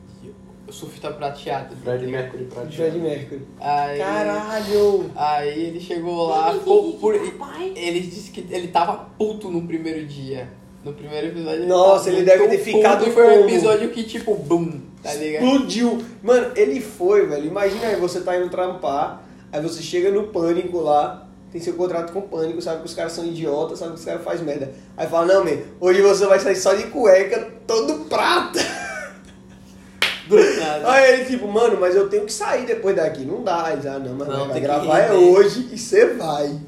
Speaker 2: surfista prateado.
Speaker 1: Fred
Speaker 2: entendeu?
Speaker 1: Mercury pra
Speaker 5: De Fred Mercury.
Speaker 2: Aí,
Speaker 5: Caralho!
Speaker 2: aí ele chegou lá, ficou por. Ele disse que ele tava puto no primeiro dia. No primeiro episódio
Speaker 5: Nossa,
Speaker 2: tava
Speaker 5: ele deve
Speaker 2: muito
Speaker 5: ter ficado
Speaker 2: puto, e Foi um
Speaker 5: como?
Speaker 2: episódio que tipo, bum, tá ligado?
Speaker 5: Explodiu. Mano, ele foi, velho. Imagina aí, você tá indo trampar, aí você chega no pânico lá, tem seu contrato com o pânico, sabe que os caras são idiotas, sabe que os caras fazem merda. Aí fala, não, man, hoje você vai sair só de cueca, todo prata.
Speaker 2: Do nada.
Speaker 5: Aí ele tipo, mano, mas eu tenho que sair depois daqui. Não dá, Aí ele, ah, não, mas
Speaker 2: Não,
Speaker 5: vai
Speaker 2: tem que
Speaker 5: gravar é
Speaker 2: render.
Speaker 5: hoje e você vai.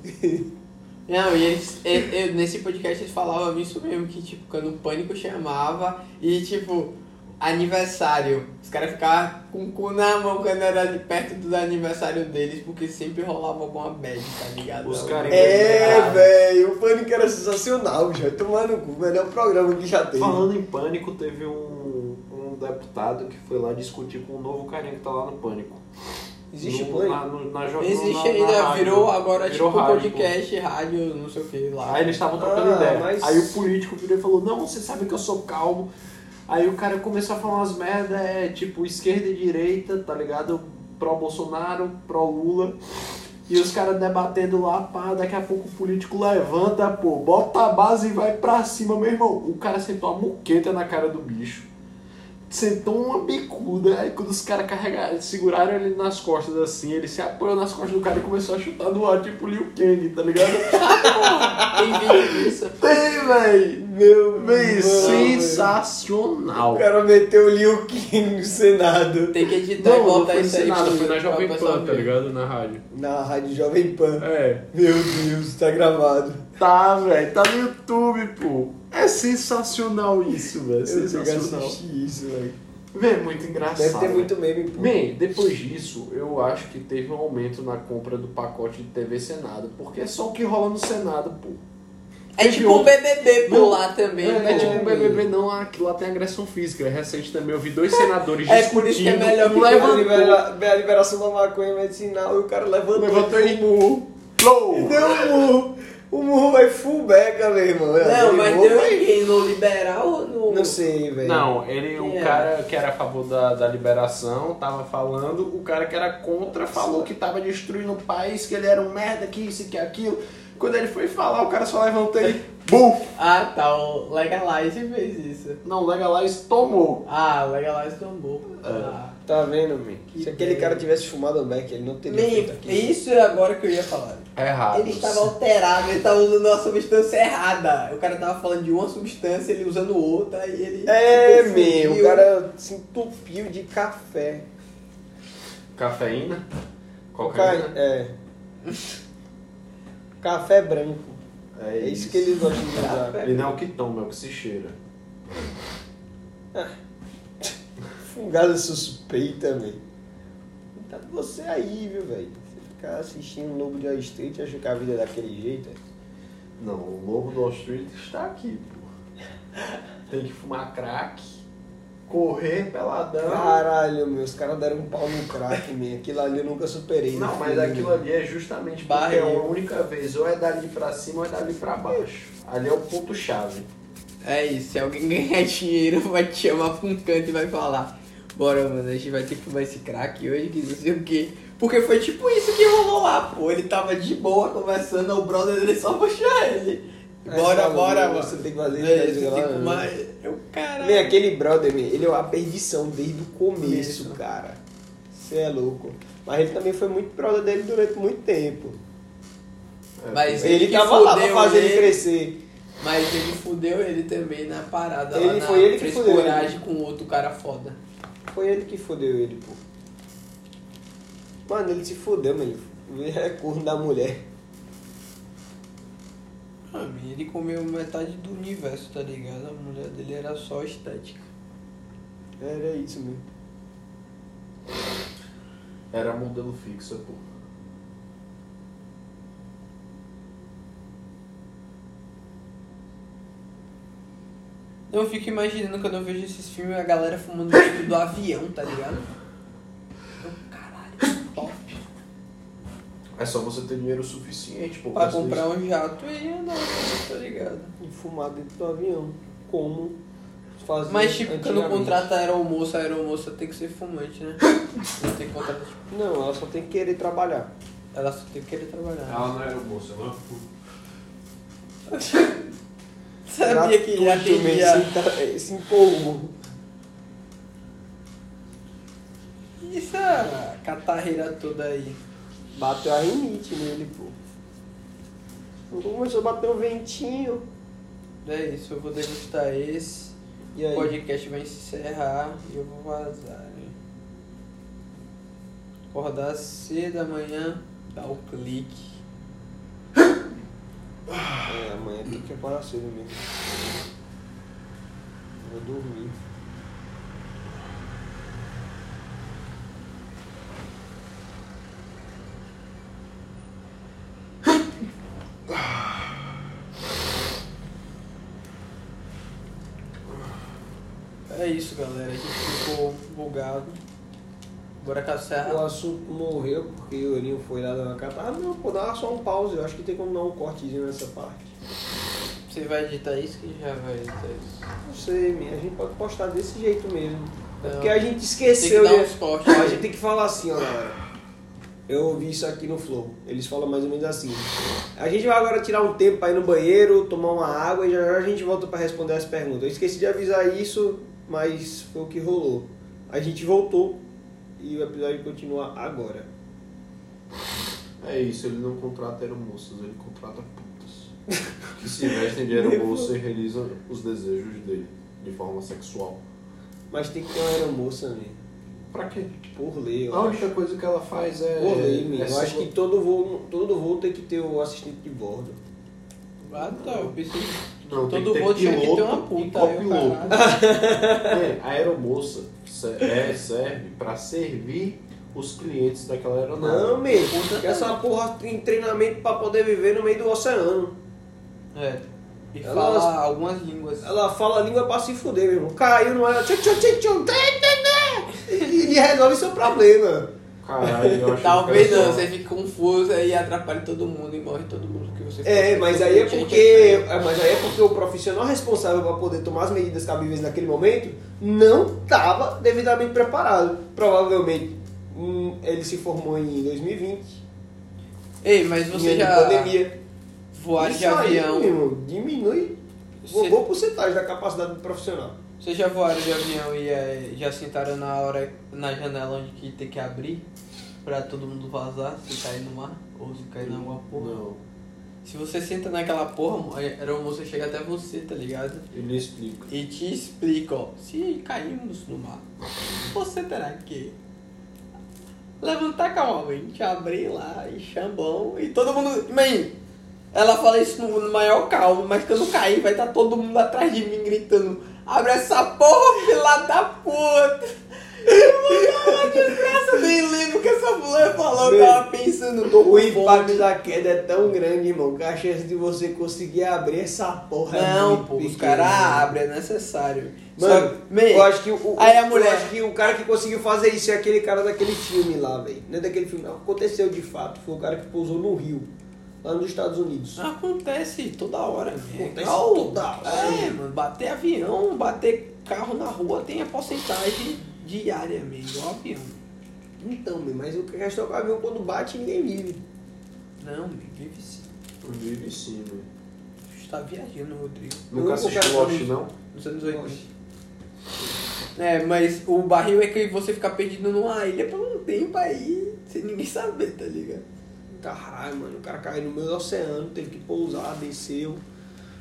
Speaker 2: Não, e eles, e- e- nesse podcast eles falavam isso mesmo, que tipo, quando o pânico chamava e tipo, aniversário, os caras ficavam com o cu na mão quando era de perto do aniversário deles, porque sempre rolava alguma bad, tá ligado?
Speaker 1: Os caras
Speaker 5: É, velho, o pânico era sensacional, já tomar no cu, melhor programa que já teve.
Speaker 1: Tá Falando em pânico, teve um, um deputado que foi lá discutir com um novo carinha que tá lá no pânico.
Speaker 5: Existe
Speaker 1: no,
Speaker 5: pânico?
Speaker 1: Na, no, na, jo-
Speaker 2: Existe
Speaker 1: na- na
Speaker 2: ainda,
Speaker 1: rádio.
Speaker 2: virou agora
Speaker 1: Virou
Speaker 2: tipo
Speaker 1: rádio,
Speaker 2: podcast, rádio, não sei o que lá.
Speaker 1: Aí eles estavam trocando
Speaker 5: Ah,
Speaker 1: ideia.
Speaker 5: mas-
Speaker 1: Aí o político virou e falou, não, você sabe que eu sou calmo. Aí o cara começou a falar umas merda, é tipo esquerda e direita, tá ligado? Pro Bolsonaro, pro Lula. E os caras debatendo lá, pá, daqui a pouco o político levanta, pô, bota a base e vai pra cima, meu irmão. O cara sentou uma muqueta na cara do bicho. Sentou uma bicuda, aí quando os caras carregaram, seguraram ele nas costas assim, ele se apoiou nas costas do cara e começou a chutar no ar, tipo Liu Kang, tá ligado?
Speaker 2: Tem vídeo disso.
Speaker 1: Tem, véi!
Speaker 5: Meu
Speaker 1: Véi,
Speaker 5: irmão, velho.
Speaker 1: sensacional!
Speaker 5: O cara meteu o Liu Kim no Senado,
Speaker 2: Tem que editar
Speaker 4: Não,
Speaker 2: e
Speaker 4: não
Speaker 2: botar
Speaker 4: foi
Speaker 2: isso aí.
Speaker 4: ensinado,
Speaker 2: pro-
Speaker 4: foi na
Speaker 2: pra
Speaker 4: Jovem
Speaker 2: pessoal
Speaker 4: Pan, tá
Speaker 2: ver.
Speaker 4: ligado? Na rádio.
Speaker 5: na rádio Jovem Pan.
Speaker 4: É.
Speaker 5: Meu Deus, tá gravado.
Speaker 1: Tá, véi, tá no YouTube, pô! É sensacional isso, véi, é
Speaker 5: Eu tenho que
Speaker 1: sensacional.
Speaker 5: assistir isso, velho.
Speaker 1: Véi, muito engraçado.
Speaker 5: Deve ter
Speaker 1: véi.
Speaker 5: muito meme, pô.
Speaker 1: Bem, depois disso, eu acho que teve um aumento na compra do pacote de TV Senado, porque é só o que rola no Senado, pô.
Speaker 2: É tipo o BBB por
Speaker 1: Não,
Speaker 2: lá também.
Speaker 1: Não é
Speaker 2: pô.
Speaker 1: tipo um BBB, não, aquilo lá tem agressão física. é Recente também, eu vi dois senadores
Speaker 2: É, por
Speaker 1: discutindo.
Speaker 2: isso que é melhor
Speaker 1: um
Speaker 2: que
Speaker 5: A,
Speaker 1: levantou,
Speaker 5: libera- a liberação da maconha medicinal e o cara levantou.
Speaker 1: levantou e...
Speaker 5: E
Speaker 1: Blow!
Speaker 5: Deu um murro. O murro vai full beca, meu irmão.
Speaker 2: Não,
Speaker 5: Ele
Speaker 2: mas
Speaker 5: murro
Speaker 2: deu
Speaker 5: vai-
Speaker 2: ninguém no liberal ou no.
Speaker 5: Não sei, É, velho.
Speaker 1: Não, ele, o
Speaker 2: É.
Speaker 1: cara que era a favor da, da liberação tava falando, o cara que era contra falou que tava destruindo o país, que ele era um merda, que isso, que aquilo. Quando ele foi falar, o cara só levantou ele. Bum!
Speaker 2: Ah, tá. O Legalize fez isso.
Speaker 1: Não, Legalize tomou.
Speaker 2: Ah, o Legalize tombou.
Speaker 4: É,
Speaker 2: Ah.
Speaker 5: Tá vendo, meu? Se
Speaker 2: Que
Speaker 5: aquele
Speaker 2: bem.
Speaker 5: cara tivesse fumado o beck, ele não teria feito
Speaker 2: Man,
Speaker 5: aquilo.
Speaker 2: isso é agora que eu ia falar.
Speaker 1: É errado.
Speaker 2: Ele estava alterado, ele estava usando uma substância errada. O cara tava falando de uma substância, ele usando outra e ele. tipo,
Speaker 5: É,
Speaker 2: se
Speaker 5: meu, o
Speaker 2: confundiu.
Speaker 5: cara se entupiu de café.
Speaker 1: Cafeína?
Speaker 5: Cocaína. É. Café branco. É isso que eles gostam de usar.
Speaker 1: Ele não é o que toma, é o que se cheira.
Speaker 5: Fungada suspeita, velho. Tá de você aí, viu, velho? Você ficar assistindo o Lobo de Wall Street e achar que a vida é daquele jeito, é?
Speaker 1: Não, o lobo do Wall Street está aqui, pô. Tem que fumar crack, correr peladão.
Speaker 5: Ah, Caralho, meu, os caras deram um pau no crack, meu. Aquilo ali eu nunca superei.
Speaker 1: Não, mas aquilo ali é justamente porque
Speaker 2: Barril.
Speaker 1: é uma única vez. Ou é dali pra cima ou é dali pra baixo. Ali é o ponto-chave.
Speaker 2: É isso, se alguém ganhar dinheiro, vai te chamar pra um canto e vai falar. Bora, mano, a gente vai ter que fumar esse crack hoje, que não sei o quê. Porque foi tipo isso que rolou lá, pô. Ele tava de boa conversando, o brother dele só puxou ele. Bora, bora, mano.
Speaker 5: É, Você tem que fazer
Speaker 2: É,
Speaker 5: isso.
Speaker 2: você tem
Speaker 5: tá
Speaker 2: que
Speaker 5: ligado?
Speaker 2: fumar. Eu, caralho.
Speaker 5: Meu, aquele brother, meu, ele é uma perdição desde o começo,
Speaker 2: Começo.
Speaker 5: cara. Você é louco. Mas ele também foi muito brother dele durante muito tempo.
Speaker 1: É,
Speaker 2: Mas- Esse
Speaker 5: Ele
Speaker 2: que
Speaker 5: tava lá pra
Speaker 2: fudeu
Speaker 5: fazer ele
Speaker 2: ele.
Speaker 5: crescer.
Speaker 2: Mas ele fudeu ele também na parada
Speaker 5: Ele-
Speaker 2: lá
Speaker 5: foi
Speaker 2: na
Speaker 5: ele que fudeu
Speaker 2: frescuragem com outro cara foda.
Speaker 5: Foi ele que fodeu ele, pô. Mano, ele se fodeu, mano. Ele é corno da mulher.
Speaker 2: Ah, ele comeu metade do universo, tá ligado? A mulher dele era só estética.
Speaker 5: Era isso né? mesmo.
Speaker 1: Era modelo fixo, pô.
Speaker 2: Eu fico imaginando quando eu vejo esses filmes a galera fumando dentro do avião, tá ligado? Eu, Caralho, top.
Speaker 1: É só você ter dinheiro suficiente, pô.
Speaker 2: Pra comprar um jato e andar, tá ligado?
Speaker 5: E fumar dentro do avião. Como fazer.
Speaker 2: Mas tipo, quando
Speaker 5: antigamente.
Speaker 2: contrata aeromoça, a aeromoça tem que ser fumante, né? Não tem que contratar, tipo,
Speaker 5: Não, ela só tem que querer trabalhar.
Speaker 2: ela só tem que querer trabalhar.
Speaker 4: Ela é não era moça, não?
Speaker 2: Sabia
Speaker 5: é
Speaker 2: que ele
Speaker 5: Gratuito,
Speaker 2: atendia...
Speaker 5: mesmo, se tá- eh, Se empolgou.
Speaker 2: E essa é catarreira toda aí?
Speaker 5: Bateu a rinite nele, pô. Então começou a bater um ventinho.
Speaker 2: É isso, eu vou degustar esse.
Speaker 5: E aí?
Speaker 2: O podcast vai encerrar e eu vou vazar. hein? Acordar cedo amanhã, dar o clique.
Speaker 5: mãe. Eu tenho É, que acordar cedo mesmo. Vou dormir.
Speaker 2: É isso, galera. A gente ficou bugado. Agora caso
Speaker 5: O
Speaker 2: Serra.
Speaker 5: assunto morreu porque o Eurinho foi lá dar uma cata. Ah, não, pô, dá só um pause. Eu acho que tem como dar um cortezinho nessa parte.
Speaker 2: Você vai editar isso que já vai editar isso.
Speaker 5: Não sei, minha. A gente pode postar desse jeito mesmo.
Speaker 2: Não.
Speaker 5: Porque a gente
Speaker 2: Tem que
Speaker 5: esqueceu,
Speaker 2: dar um-
Speaker 5: né?
Speaker 2: uns cortes.
Speaker 5: A gente tem que falar assim, ó, galera. Eu ouvi isso aqui no Flow. Eles falam mais ou menos assim. A gente vai agora tirar um tempo pra ir no banheiro, tomar uma água e já, já a gente volta pra responder as perguntas. Eu esqueci de avisar isso, mas foi o que rolou. A gente voltou e o episódio continua agora.
Speaker 2: um-
Speaker 1: É isso, ele não contrata aeromoças, ele contrata putas. que se vestem de aeromoça e realizam os desejos dele de forma sexual.
Speaker 5: Mas tem que ter uma aeromoça, né?
Speaker 1: Pra quê?
Speaker 5: Por lei, eu
Speaker 1: A
Speaker 5: acho.
Speaker 1: única coisa que ela faz é.
Speaker 5: Por lei, meu.
Speaker 1: é
Speaker 5: Eu acho que todo voo, todo voo tem que ter o assistente de bordo.
Speaker 2: Ah tá, eu pensei.
Speaker 1: Não, tem
Speaker 2: Todo
Speaker 1: que ter
Speaker 2: mundo tinha que ter
Speaker 1: piloto
Speaker 2: uma
Speaker 1: e
Speaker 2: puta. aí eu
Speaker 1: copiloto.
Speaker 2: parado.
Speaker 1: É, a aeromoça se- é, serve pra servir os clientes daquela aeronave.
Speaker 5: Não, meu. Essa porra tem treinamento pra poder viver no meio do oceano.
Speaker 2: É. E
Speaker 5: Elas-
Speaker 2: fala algumas línguas.
Speaker 5: Ela fala a língua pra se fuder, meu irmão. Caiu no ar, tchau, tchau, tchau, tchau, tê, tê, tê. e e resolve seu problema.
Speaker 1: Caralho, eu acho que
Speaker 2: Talvez
Speaker 1: o cara
Speaker 2: não,
Speaker 1: só-
Speaker 2: você fique confuso aí atrapalha todo mundo e morre todo mundo que você
Speaker 5: É,
Speaker 2: for.
Speaker 5: mas aí é
Speaker 2: Gente,
Speaker 5: porque.
Speaker 2: gente,
Speaker 5: é, mas aí é porque o profissional responsável pra poder tomar as medidas cabíveis naquele momento não estava devidamente preparado. Provavelmente hum, ele se formou em 2020.
Speaker 2: Ei, mas você
Speaker 5: em ano
Speaker 2: já
Speaker 5: de pandemia.
Speaker 2: voar de
Speaker 5: Isso aí,
Speaker 2: avião.
Speaker 5: meu irmão, diminui uma
Speaker 2: Você-
Speaker 5: boa porcentagem da capacidade do profissional.
Speaker 2: Vocês já voaram de avião e eh, já sentaram na hora na janela onde que tem que abrir pra todo mundo vazar se cair no mar ou se cair em alguma porra?
Speaker 1: Não,
Speaker 2: Se você senta naquela porra, é, era moça chega até você, tá ligado?
Speaker 1: ele explica.
Speaker 2: E te explica, ó, se cairmos no mar, você terá que levantar calmamente, abrir lá e chambão e todo mundo. Mãe, ela fala isso no, no maior calmo, mas quando cair vai estar todo mundo atrás de mim gritando, abre essa porra, fila da puta! Eu vou desgraça, nem lembro o que essa mulher falou, eu tava pensando, tô
Speaker 5: O
Speaker 2: com fome.
Speaker 5: impacto da queda é tão grande, irmão, que a chance de você conseguir abrir essa porra é
Speaker 2: Não,
Speaker 5: muito
Speaker 2: pô, os
Speaker 5: pequena.
Speaker 2: caras abrem, é necessário.
Speaker 5: Mano,
Speaker 2: Só, man,
Speaker 5: eu acho que o,
Speaker 2: Aí a
Speaker 5: eu
Speaker 2: mulher-
Speaker 5: acho que o cara que conseguiu fazer isso é aquele cara daquele filme lá, velho. Não é daquele filme, não. Aconteceu de fato. Foi o cara que pousou no Rio, lá nos Estados Unidos.
Speaker 2: Acontece toda hora, né?
Speaker 5: Acontece
Speaker 2: Igual-
Speaker 5: toda hora.
Speaker 2: É, mano, bater avião, bater carro na rua tem a porcentagem diária mesmo, igual avião.
Speaker 5: Então, meu, mas o questão é que o avião quando bate, ninguém vive.
Speaker 2: Não, meu, vive sim.
Speaker 1: Vive sim, velho.
Speaker 2: Você tá viajando, Rodrigo.
Speaker 5: Eu
Speaker 1: Nunca
Speaker 5: vou
Speaker 2: é
Speaker 1: assistiu
Speaker 5: colocar
Speaker 1: Lost,
Speaker 5: isso.
Speaker 1: não?
Speaker 2: Nos anos 80. É, mas o barril é que você fica perdido numa ilha por um tempo aí, sem ninguém saber, tá ligado?
Speaker 5: Caralho, mano, o cara caiu no meio do oceano, teve que pousar, desceu.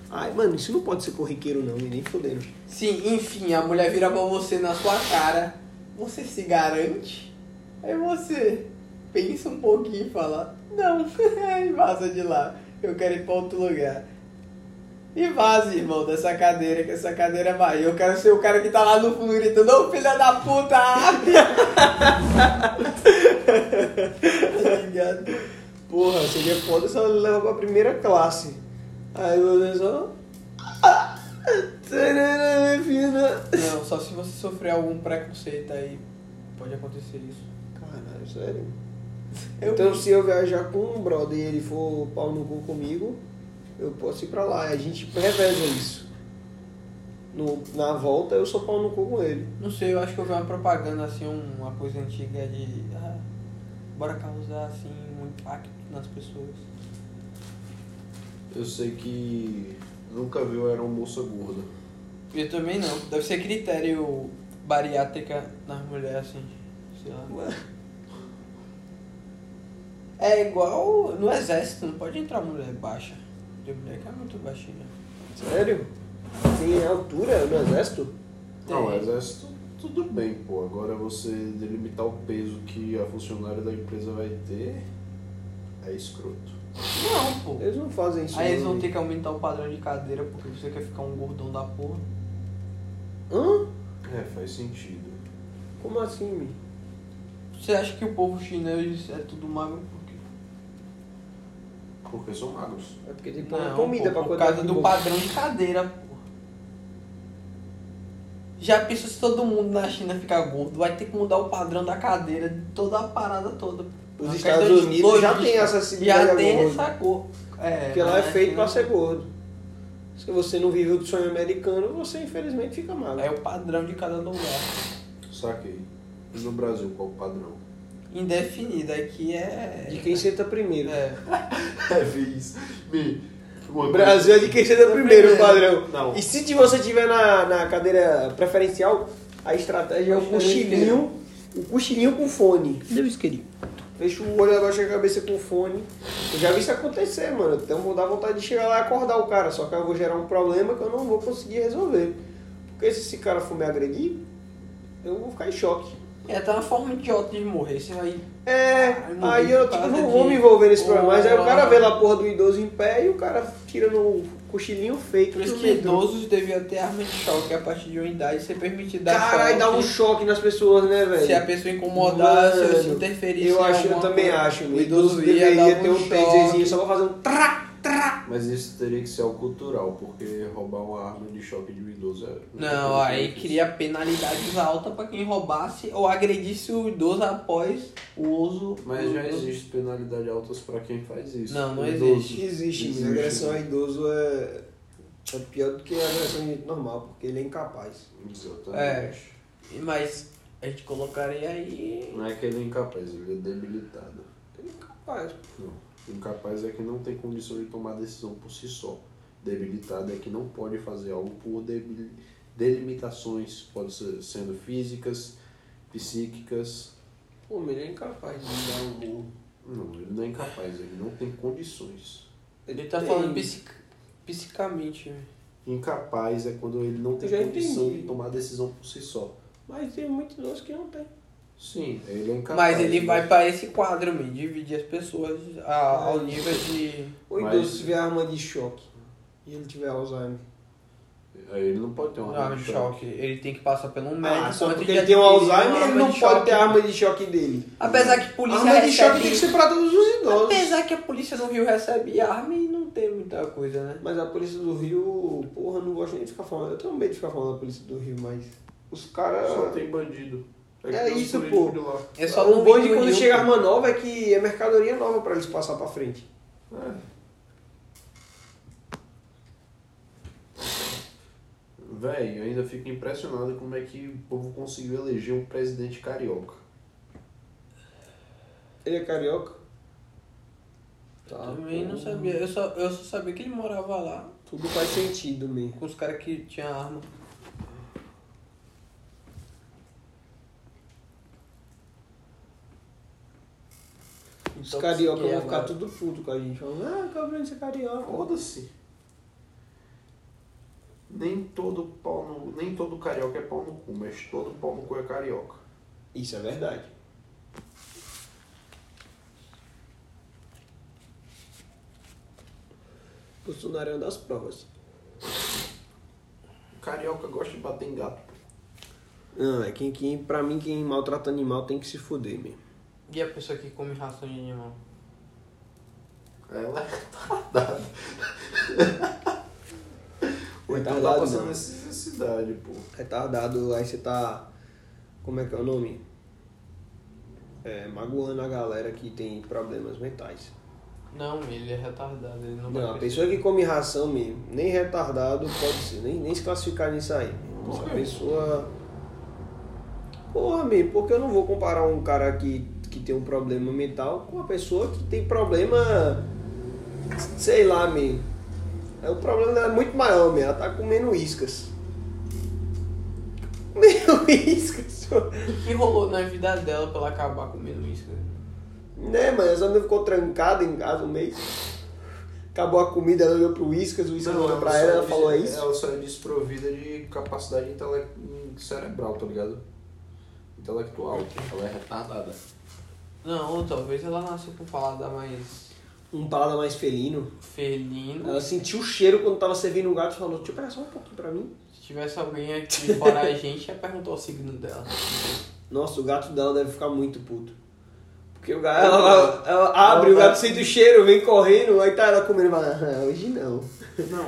Speaker 5: Ai, mano, isso não pode ser corriqueiro, não, e nem fodendo.
Speaker 2: Sim, enfim, a mulher vira pra você na sua cara. Você se garante? Aí você pensa um pouquinho e fala, não, e vaza de lá. Eu quero ir pra outro lugar. E vaza, irmão, dessa cadeira, que essa cadeira é maior. Eu quero ser o cara que tá lá no fundo gritando, ô filha da puta, abre! tá ligado?
Speaker 5: Porra, seria foda se ela leva pra primeira classe. Aí você só. Tarará, fina.
Speaker 2: Não, só se você sofrer algum preconceito aí, pode acontecer isso.
Speaker 5: Caralho, sério.
Speaker 2: Eu-
Speaker 5: Então se eu viajar com um brother e ele for pau no cu comigo, eu posso ir pra lá. A gente reveza isso. No- na volta eu sou pau no cu com ele.
Speaker 2: Não sei, eu acho que eu vi uma propaganda assim, uma coisa antiga de. Ah, bora causar assim um impacto nas pessoas.
Speaker 1: Eu sei que nunca viu aeromoça gorda.
Speaker 2: Eu também não. Deve ser critério bariátrica nas mulheres, assim. Sei lá. É igual no exército, não pode entrar mulher baixa. Tem mulher que é muito baixinha.
Speaker 5: Sério? Tem altura no exército?
Speaker 2: Tem.
Speaker 1: Não, o exército, tudo bem, pô. Agora você delimitar o peso que a funcionária da empresa vai ter é escroto.
Speaker 2: Não, pô.
Speaker 5: Eles não fazem isso.
Speaker 2: Aí Ah, eles vão
Speaker 5: não.
Speaker 2: ter que aumentar o padrão de cadeira porque você quer ficar um gordão da porra.
Speaker 5: Hã?
Speaker 1: É, faz sentido.
Speaker 5: Como assim, mi?
Speaker 2: Você acha que o povo chinês é tudo magro porque
Speaker 1: Porque são magros.
Speaker 5: É porque tem que pôr uma
Speaker 2: pô,
Speaker 5: comida pra é
Speaker 2: Por
Speaker 5: cuidar
Speaker 2: causa
Speaker 5: de
Speaker 2: do
Speaker 5: boca.
Speaker 2: padrão de cadeira, pô. Já pensou se todo mundo na China ficar gordo, vai ter que mudar o padrão da cadeira de toda a parada toda. É
Speaker 5: Os
Speaker 2: uma
Speaker 5: Estados
Speaker 2: questão de
Speaker 5: Unidos já
Speaker 2: logística.
Speaker 5: tem essa acessibilidade
Speaker 2: Já tem
Speaker 5: agora.
Speaker 2: essa cor. É,
Speaker 5: Porque lá
Speaker 2: mas
Speaker 5: é
Speaker 2: na
Speaker 5: feito
Speaker 2: China-
Speaker 5: pra ser gordo. Se você não vive o sonho americano, você infelizmente fica magro.
Speaker 2: É o padrão de cada lugar.
Speaker 1: Saquei. E no Brasil, qual o padrão?
Speaker 2: Indefinido, aqui é.
Speaker 5: De quem senta primeiro.
Speaker 2: É.
Speaker 1: É, fiz. Me.
Speaker 5: O Brasil é de quem senta primeiro, o padrão.
Speaker 1: Não.
Speaker 5: E se de você tiver na, na cadeira preferencial, a estratégia é o
Speaker 2: Acho que é
Speaker 5: cochilinho, o cochilinho com fone.
Speaker 2: Deus querido.
Speaker 5: Fecha o olho, abaixa a cabeça com fone. Eu já vi isso acontecer, mano. Então vou dar vontade de chegar lá e acordar o cara. Só que eu vou gerar um problema que eu não vou conseguir resolver. Porque se esse cara for me agredir, eu vou ficar em choque.
Speaker 2: É até uma forma idiota de morrer. Você vai.
Speaker 5: É,
Speaker 2: Ai, não,
Speaker 5: aí eu
Speaker 2: por
Speaker 5: tipo,
Speaker 2: causa
Speaker 5: não vou
Speaker 2: de-
Speaker 5: me envolver nesse problema. Mas aí o cara
Speaker 2: Ora.
Speaker 5: vê lá a porra do idoso em pé e o cara tira no cochilinho feito.
Speaker 2: Por isso
Speaker 5: no
Speaker 2: que
Speaker 5: metrô.
Speaker 2: idosos deviam ter arma de choque a partir de uma idade ser permitido dar
Speaker 5: Caralho, dá um
Speaker 2: choque.
Speaker 5: choque nas pessoas, né, velho?
Speaker 2: Se a pessoa incomodar, se se
Speaker 5: Mano,
Speaker 2: interferir,
Speaker 5: Eu
Speaker 2: se
Speaker 5: acho, eu
Speaker 2: alguma
Speaker 5: também
Speaker 2: coisa,
Speaker 5: acho.
Speaker 2: O
Speaker 5: O
Speaker 2: idoso
Speaker 5: deveria
Speaker 2: ia
Speaker 5: ter um taserzinho,
Speaker 2: taserzinho.
Speaker 5: só pra fazer um trá.
Speaker 1: Mas isso teria que ser algo cultural, porque roubar uma arma de choque de um idoso é.
Speaker 2: Não, aí cria penalidades altas pra quem roubasse ou agredisse o idoso após o uso.
Speaker 1: Mas
Speaker 2: do-
Speaker 1: já existe penalidade altas pra quem faz isso.
Speaker 2: Não, não
Speaker 1: O idoso.
Speaker 2: existe.
Speaker 5: Existe,
Speaker 1: Existe.
Speaker 5: mas agressão a idoso é, é pior do que a agressão a gente normal, porque ele é incapaz.
Speaker 1: Exatamente.
Speaker 2: É. Mas a gente colocaria aí.
Speaker 1: Não é que ele é incapaz, ele é debilitado.
Speaker 5: Incapaz.
Speaker 1: Incapaz é que não tem condição de tomar decisão por si só. Debilitado é que não pode fazer algo por debil- delimitações, pode ser sendo físicas, psíquicas.
Speaker 5: Pô, mas ele é incapaz de dar um burro.
Speaker 1: Não, ele não é incapaz, ele não tem condições.
Speaker 2: Ele tá
Speaker 5: tem-
Speaker 2: falando psic... psicamente. né? velho.
Speaker 1: Incapaz é quando ele não tem
Speaker 5: Eu já
Speaker 1: condição
Speaker 5: entendi.
Speaker 1: de tomar decisão por si só.
Speaker 5: Mas tem muito idoso que não tem.
Speaker 1: Sim, ele é incapaz.
Speaker 2: Mas ele vai pra esse quadro, me dividir as pessoas a-
Speaker 5: É.
Speaker 2: ao nível de.
Speaker 5: O
Speaker 1: Mas-
Speaker 5: idoso se tiver arma de choque e ele tiver Alzheimer.
Speaker 1: Aí ele não pode ter uma
Speaker 2: Arma de ah, choque. Ele tem que passar pelo um médico.
Speaker 5: Então, Ah, só
Speaker 2: antes
Speaker 5: porque
Speaker 2: de
Speaker 5: ele tem um
Speaker 2: adquirir uma
Speaker 5: Alzheimer, ele
Speaker 2: arma
Speaker 5: não
Speaker 2: de
Speaker 5: pode
Speaker 2: choque.
Speaker 5: ter a arma de choque dele.
Speaker 2: Apesar que a polícia é
Speaker 5: arma de choque tem
Speaker 2: recebe-
Speaker 5: que ser pra todos os idosos.
Speaker 2: Apesar que a polícia do Rio recebe arma e não tem muita coisa, né?
Speaker 5: Mas a polícia do Rio, porra, eu não gosto nem de ficar falando. Eu tenho medo de ficar falando da polícia do Rio, mas os caras.
Speaker 1: Só tem bandido. que
Speaker 5: É
Speaker 1: tem os
Speaker 5: isso,
Speaker 1: políticos
Speaker 5: pô.
Speaker 1: de lá.
Speaker 2: É só
Speaker 5: o
Speaker 2: não
Speaker 5: bom
Speaker 2: ir
Speaker 5: de
Speaker 2: no
Speaker 5: quando
Speaker 2: Rio,
Speaker 5: chega
Speaker 2: pô.
Speaker 5: arma nova é que é mercadoria nova pra eles passar pra frente.
Speaker 1: É. Véi, eu ainda fico impressionado como é que o povo conseguiu eleger um presidente carioca.
Speaker 5: Ele é carioca?
Speaker 2: Também não sabia. Eu só, eu só sabia que ele morava lá
Speaker 5: Tudo faz sentido, mesmo.
Speaker 2: com os caras que tinham arma.
Speaker 5: Os
Speaker 2: Então,
Speaker 5: carioca
Speaker 2: consegui
Speaker 5: vão ficar
Speaker 2: agora.
Speaker 5: tudo puto com a gente. Falando, ah, Gabriel, você é carioca.
Speaker 1: Foda-se. Nem todo pau no, nem todo carioca é pau no cu, mas todo pau no cu é carioca.
Speaker 5: Isso é verdade. Bolsonaro é uma das provas.
Speaker 1: Carioca gosta de bater em gato. pô.
Speaker 5: Não, é quem, quem, pra mim, quem maltrata animal tem que se fuder mesmo.
Speaker 2: E a pessoa que come ração de animal?
Speaker 1: Ela é retardada. Ou então tá
Speaker 5: Retardado,
Speaker 1: passando
Speaker 5: não.
Speaker 1: necessidade, pô.
Speaker 5: É Retardado, aí você tá. Como é que é o nome? É, magoando a galera que tem problemas mentais.
Speaker 2: Não, ele é retardado, ele não,
Speaker 5: Não, a
Speaker 2: vai
Speaker 5: pessoa que come ração mesmo, nem retardado pode ser, nem, nem se classificar nisso aí.
Speaker 1: Por
Speaker 5: Essa
Speaker 1: quê?
Speaker 5: pessoa. Porra, meu, porque eu não vou comparar um cara que, que tem um problema mental com uma pessoa que tem problema. Sei lá, meu. É, o problema dela é muito maior, meu. Ela tá comendo iscas. Comendo iscas, pô.
Speaker 2: O que rolou na vida dela pra ela acabar comendo isso? né?
Speaker 5: Né, mano? Essa menina ficou trancada em casa um mês. Acabou a comida, ela olhou pro Whiskas, o Whiskas olhou pra
Speaker 1: só
Speaker 5: ela, ela
Speaker 1: des-
Speaker 5: falou, é isso?
Speaker 1: Ela só é desprovida de capacidade intele- cerebral, tá ligado? Intelectual. Ela é retardada.
Speaker 2: Não, talvez ela nasceu com paladar mais
Speaker 5: um paladar mais felino.
Speaker 2: Felino.
Speaker 5: Ela sentiu o cheiro quando tava servindo um gato e falou, deixa eu pegar só um pouquinho pra mim.
Speaker 2: Se tivesse alguém aqui fora a gente, ia perguntar o signo dela.
Speaker 5: Nossa, o gato dela deve ficar muito puto. Porque o gato, ela, ela- ela abre, o gato sente o cheiro, vem correndo, aí tá ela comendo e fala, ah, hoje não.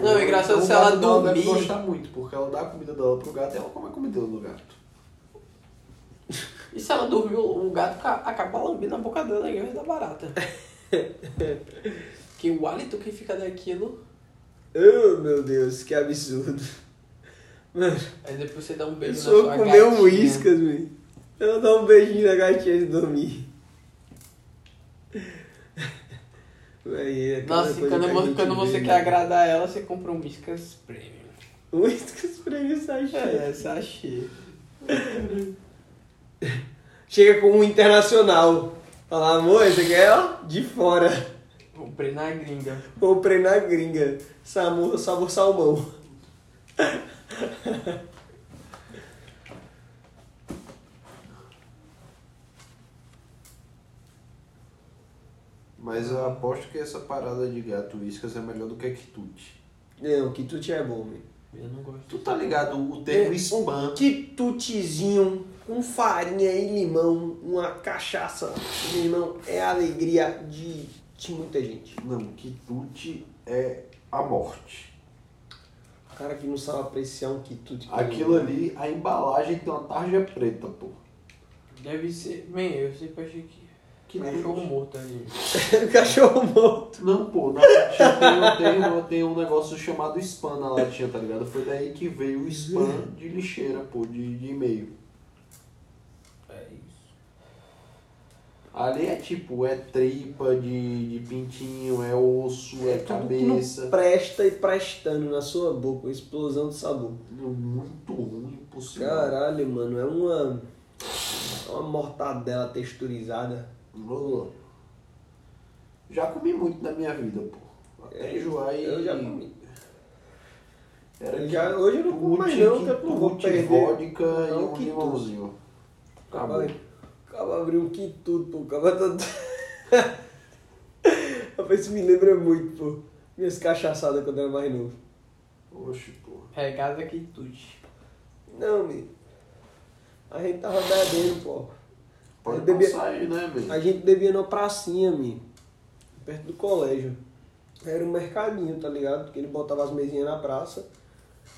Speaker 2: Não, é engraçado se ela
Speaker 1: Ela deve
Speaker 2: dormir.
Speaker 1: gostar muito, porque ela dá a comida dela pro gato e ela come a comida do gato.
Speaker 2: E se ela dormiu, o gato ca- acaba lambendo a boca dela em vez da barata. que o hálito que fica daquilo.
Speaker 5: Oh, meu Deus, que absurdo. Mano,
Speaker 2: Aí depois você dá um
Speaker 5: eu
Speaker 2: beijo na
Speaker 5: só
Speaker 2: sua
Speaker 5: comer
Speaker 2: gatinha.
Speaker 5: um uíscas, velho. Ela dá um beijinho na gatinha e dormir. Aí, é cada
Speaker 2: Nossa, e
Speaker 5: coisa
Speaker 2: quando,
Speaker 5: que a
Speaker 2: vo-
Speaker 5: gente
Speaker 2: quando você
Speaker 5: vê,
Speaker 2: quer
Speaker 5: né?
Speaker 2: agradar ela, você compra um Whiskas Premium.
Speaker 5: Uíscas pra mim, sachê.
Speaker 2: É, sachê.
Speaker 5: Chega com um internacional. Fala, amor, esse aqui é ó, de fora.
Speaker 2: Comprei na gringa.
Speaker 5: Comprei na gringa. Sabor, sabor salmão.
Speaker 1: Mas eu aposto que essa parada de gato iscas é melhor do que quitute.
Speaker 5: Não, quitute é bom, meu.
Speaker 2: Eu não gosto.
Speaker 1: Tu tá ligado o termo
Speaker 5: É,
Speaker 1: spam?
Speaker 5: Quitutezinho com farinha e limão, uma cachaça de limão é a alegria de, de muita gente.
Speaker 1: Não, quitute é a morte.
Speaker 5: O cara que não sabe apreciar um quitute. com
Speaker 1: Aquilo
Speaker 5: limão.
Speaker 1: ali, a embalagem tem uma tarja preta, pô.
Speaker 2: Deve ser. Bem, eu sempre achei que.
Speaker 1: Que
Speaker 2: cachorro morto ali.
Speaker 5: Cachorro morto.
Speaker 1: Não, pô, na latinha tem, eu tenho, eu tenho um negócio chamado spam na latinha, tá ligado? Foi daí que veio o spam de lixeira, pô, de, de e-mail.
Speaker 2: É isso.
Speaker 1: Ali é tipo, é tripa de, de pintinho, é osso, é
Speaker 5: Tudo que não
Speaker 1: cabeça.
Speaker 5: presta e prestando na sua boca, uma explosão de sabor.
Speaker 1: Muito ruim, impossível.
Speaker 5: Caralho, mano, é uma. é Uma mortadela texturizada.
Speaker 1: Lula. Já comi muito na minha vida, pô. Até enjoar e.
Speaker 5: É, Eu já comi.
Speaker 1: Era
Speaker 5: Eu
Speaker 1: que
Speaker 5: já- hoje eu não como mais
Speaker 1: tute,
Speaker 5: não, que eu não vou
Speaker 1: tute,
Speaker 5: perder.
Speaker 1: vodka
Speaker 5: Não,
Speaker 1: e um
Speaker 5: que
Speaker 1: limãozinho. Acabou.
Speaker 5: Acaba, acaba abriu um quitudo, pô. Acaba todo. Rapaz, isso me lembra muito, pô. Minhas cachaçadas quando eu era mais novo.
Speaker 1: Oxe, pô.
Speaker 2: Regada quitute.
Speaker 5: Não, meu. A gente tava bebendo, pô.
Speaker 1: Pode
Speaker 5: Eu bebia-
Speaker 1: passar aí, né, meu?
Speaker 5: A gente bebia numa pracinha, mi, perto do colégio. Era um mercadinho, tá ligado? Que ele botava as mesinhas na praça.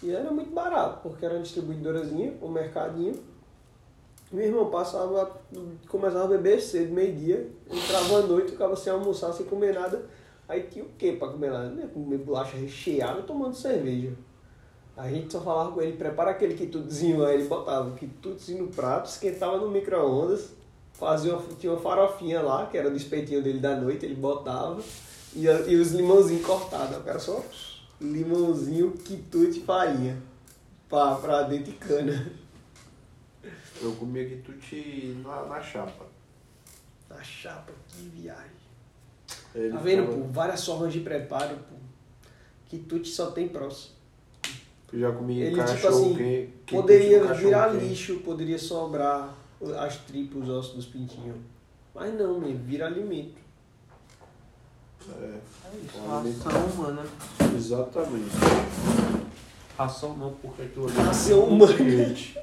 Speaker 5: E era muito barato, porque era uma distribuidorazinha, um mercadinho. Meu irmão passava, começava a beber cedo, meio-dia, entrava à noite, ficava sem almoçar, sem comer nada. Aí tinha o que pra comer lá? Não ia Comer bolacha recheada tomando cerveja. A gente só falava com ele, prepara aquele quitutezinho aí, ele botava o quitutezinho no prato, esquentava no micro-ondas, fazia uma, tinha uma farofinha lá, que era do espetinho dele da noite, ele botava, e, a- e os limãozinhos cortados, o cara só limãozinho, quitute, farinha, pra, pra dentro e cana,
Speaker 1: Eu comia quitute na, na chapa.
Speaker 5: na chapa, Tá que viagem.
Speaker 1: Ele
Speaker 5: Tá vendo,
Speaker 1: ficava-
Speaker 5: pô, várias formas de preparo, pô, quitute só tem próximo.
Speaker 1: Eu já comia
Speaker 5: Ele, tipo
Speaker 1: cachorro
Speaker 5: assim,
Speaker 1: quente, quitute com
Speaker 5: Poderia
Speaker 1: cachorro
Speaker 5: virar
Speaker 1: quente.
Speaker 5: lixo, poderia sobrar as tripas, os ossos dos pintinhos. Mas não, meu, vira alimento.
Speaker 1: É,
Speaker 2: É isso.
Speaker 1: Olha.
Speaker 2: Ração humana.
Speaker 1: exatamente.
Speaker 2: Ração não, porque tu
Speaker 5: Ração humana.
Speaker 1: Gente,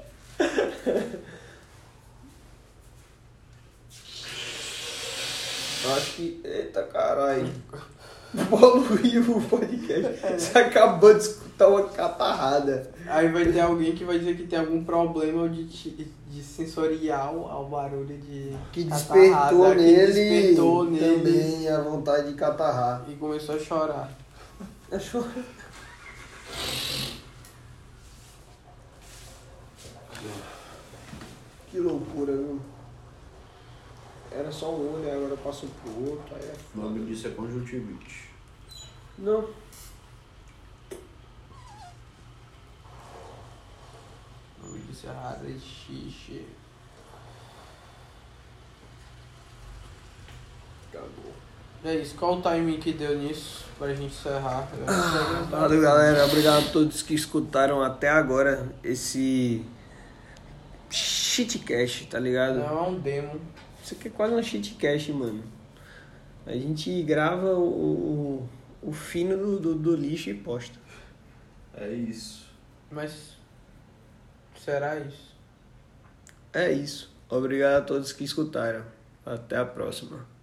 Speaker 5: Acho que. Eita caralho. Poluiu o
Speaker 2: É.
Speaker 5: podcast. Você acabou de escutar uma catarrada.
Speaker 2: Aí vai ter alguém que vai dizer que tem algum problema de, ti- de sensorial ao barulho de.
Speaker 5: Que
Speaker 2: catarrada,
Speaker 5: despertou
Speaker 2: que
Speaker 5: nele.
Speaker 2: despertou nele.
Speaker 5: Também a vontade de catarrar.
Speaker 2: E começou a chorar.
Speaker 5: Achou? Que loucura, né? viu? Era só um olho, agora passou pro outro, aí é
Speaker 1: o
Speaker 5: foda.
Speaker 1: nome disso é conjuntivite.
Speaker 5: Não.
Speaker 2: Nome disso é rara e xixi.
Speaker 5: Acabou.
Speaker 2: É isso, qual o timing que deu nisso pra gente encerrar? Eu não sei, não tá?
Speaker 5: Valeu, galera. Obrigado a todos que escutaram até agora esse shitcast, tá ligado?
Speaker 2: Não é um demo.
Speaker 5: Isso aqui é quase um shitcast, mano. A gente grava o, o fino do, do, do lixo e posta.
Speaker 1: É isso.
Speaker 2: Mas será isso?
Speaker 5: É isso. Obrigado a todos que escutaram. Até a próxima.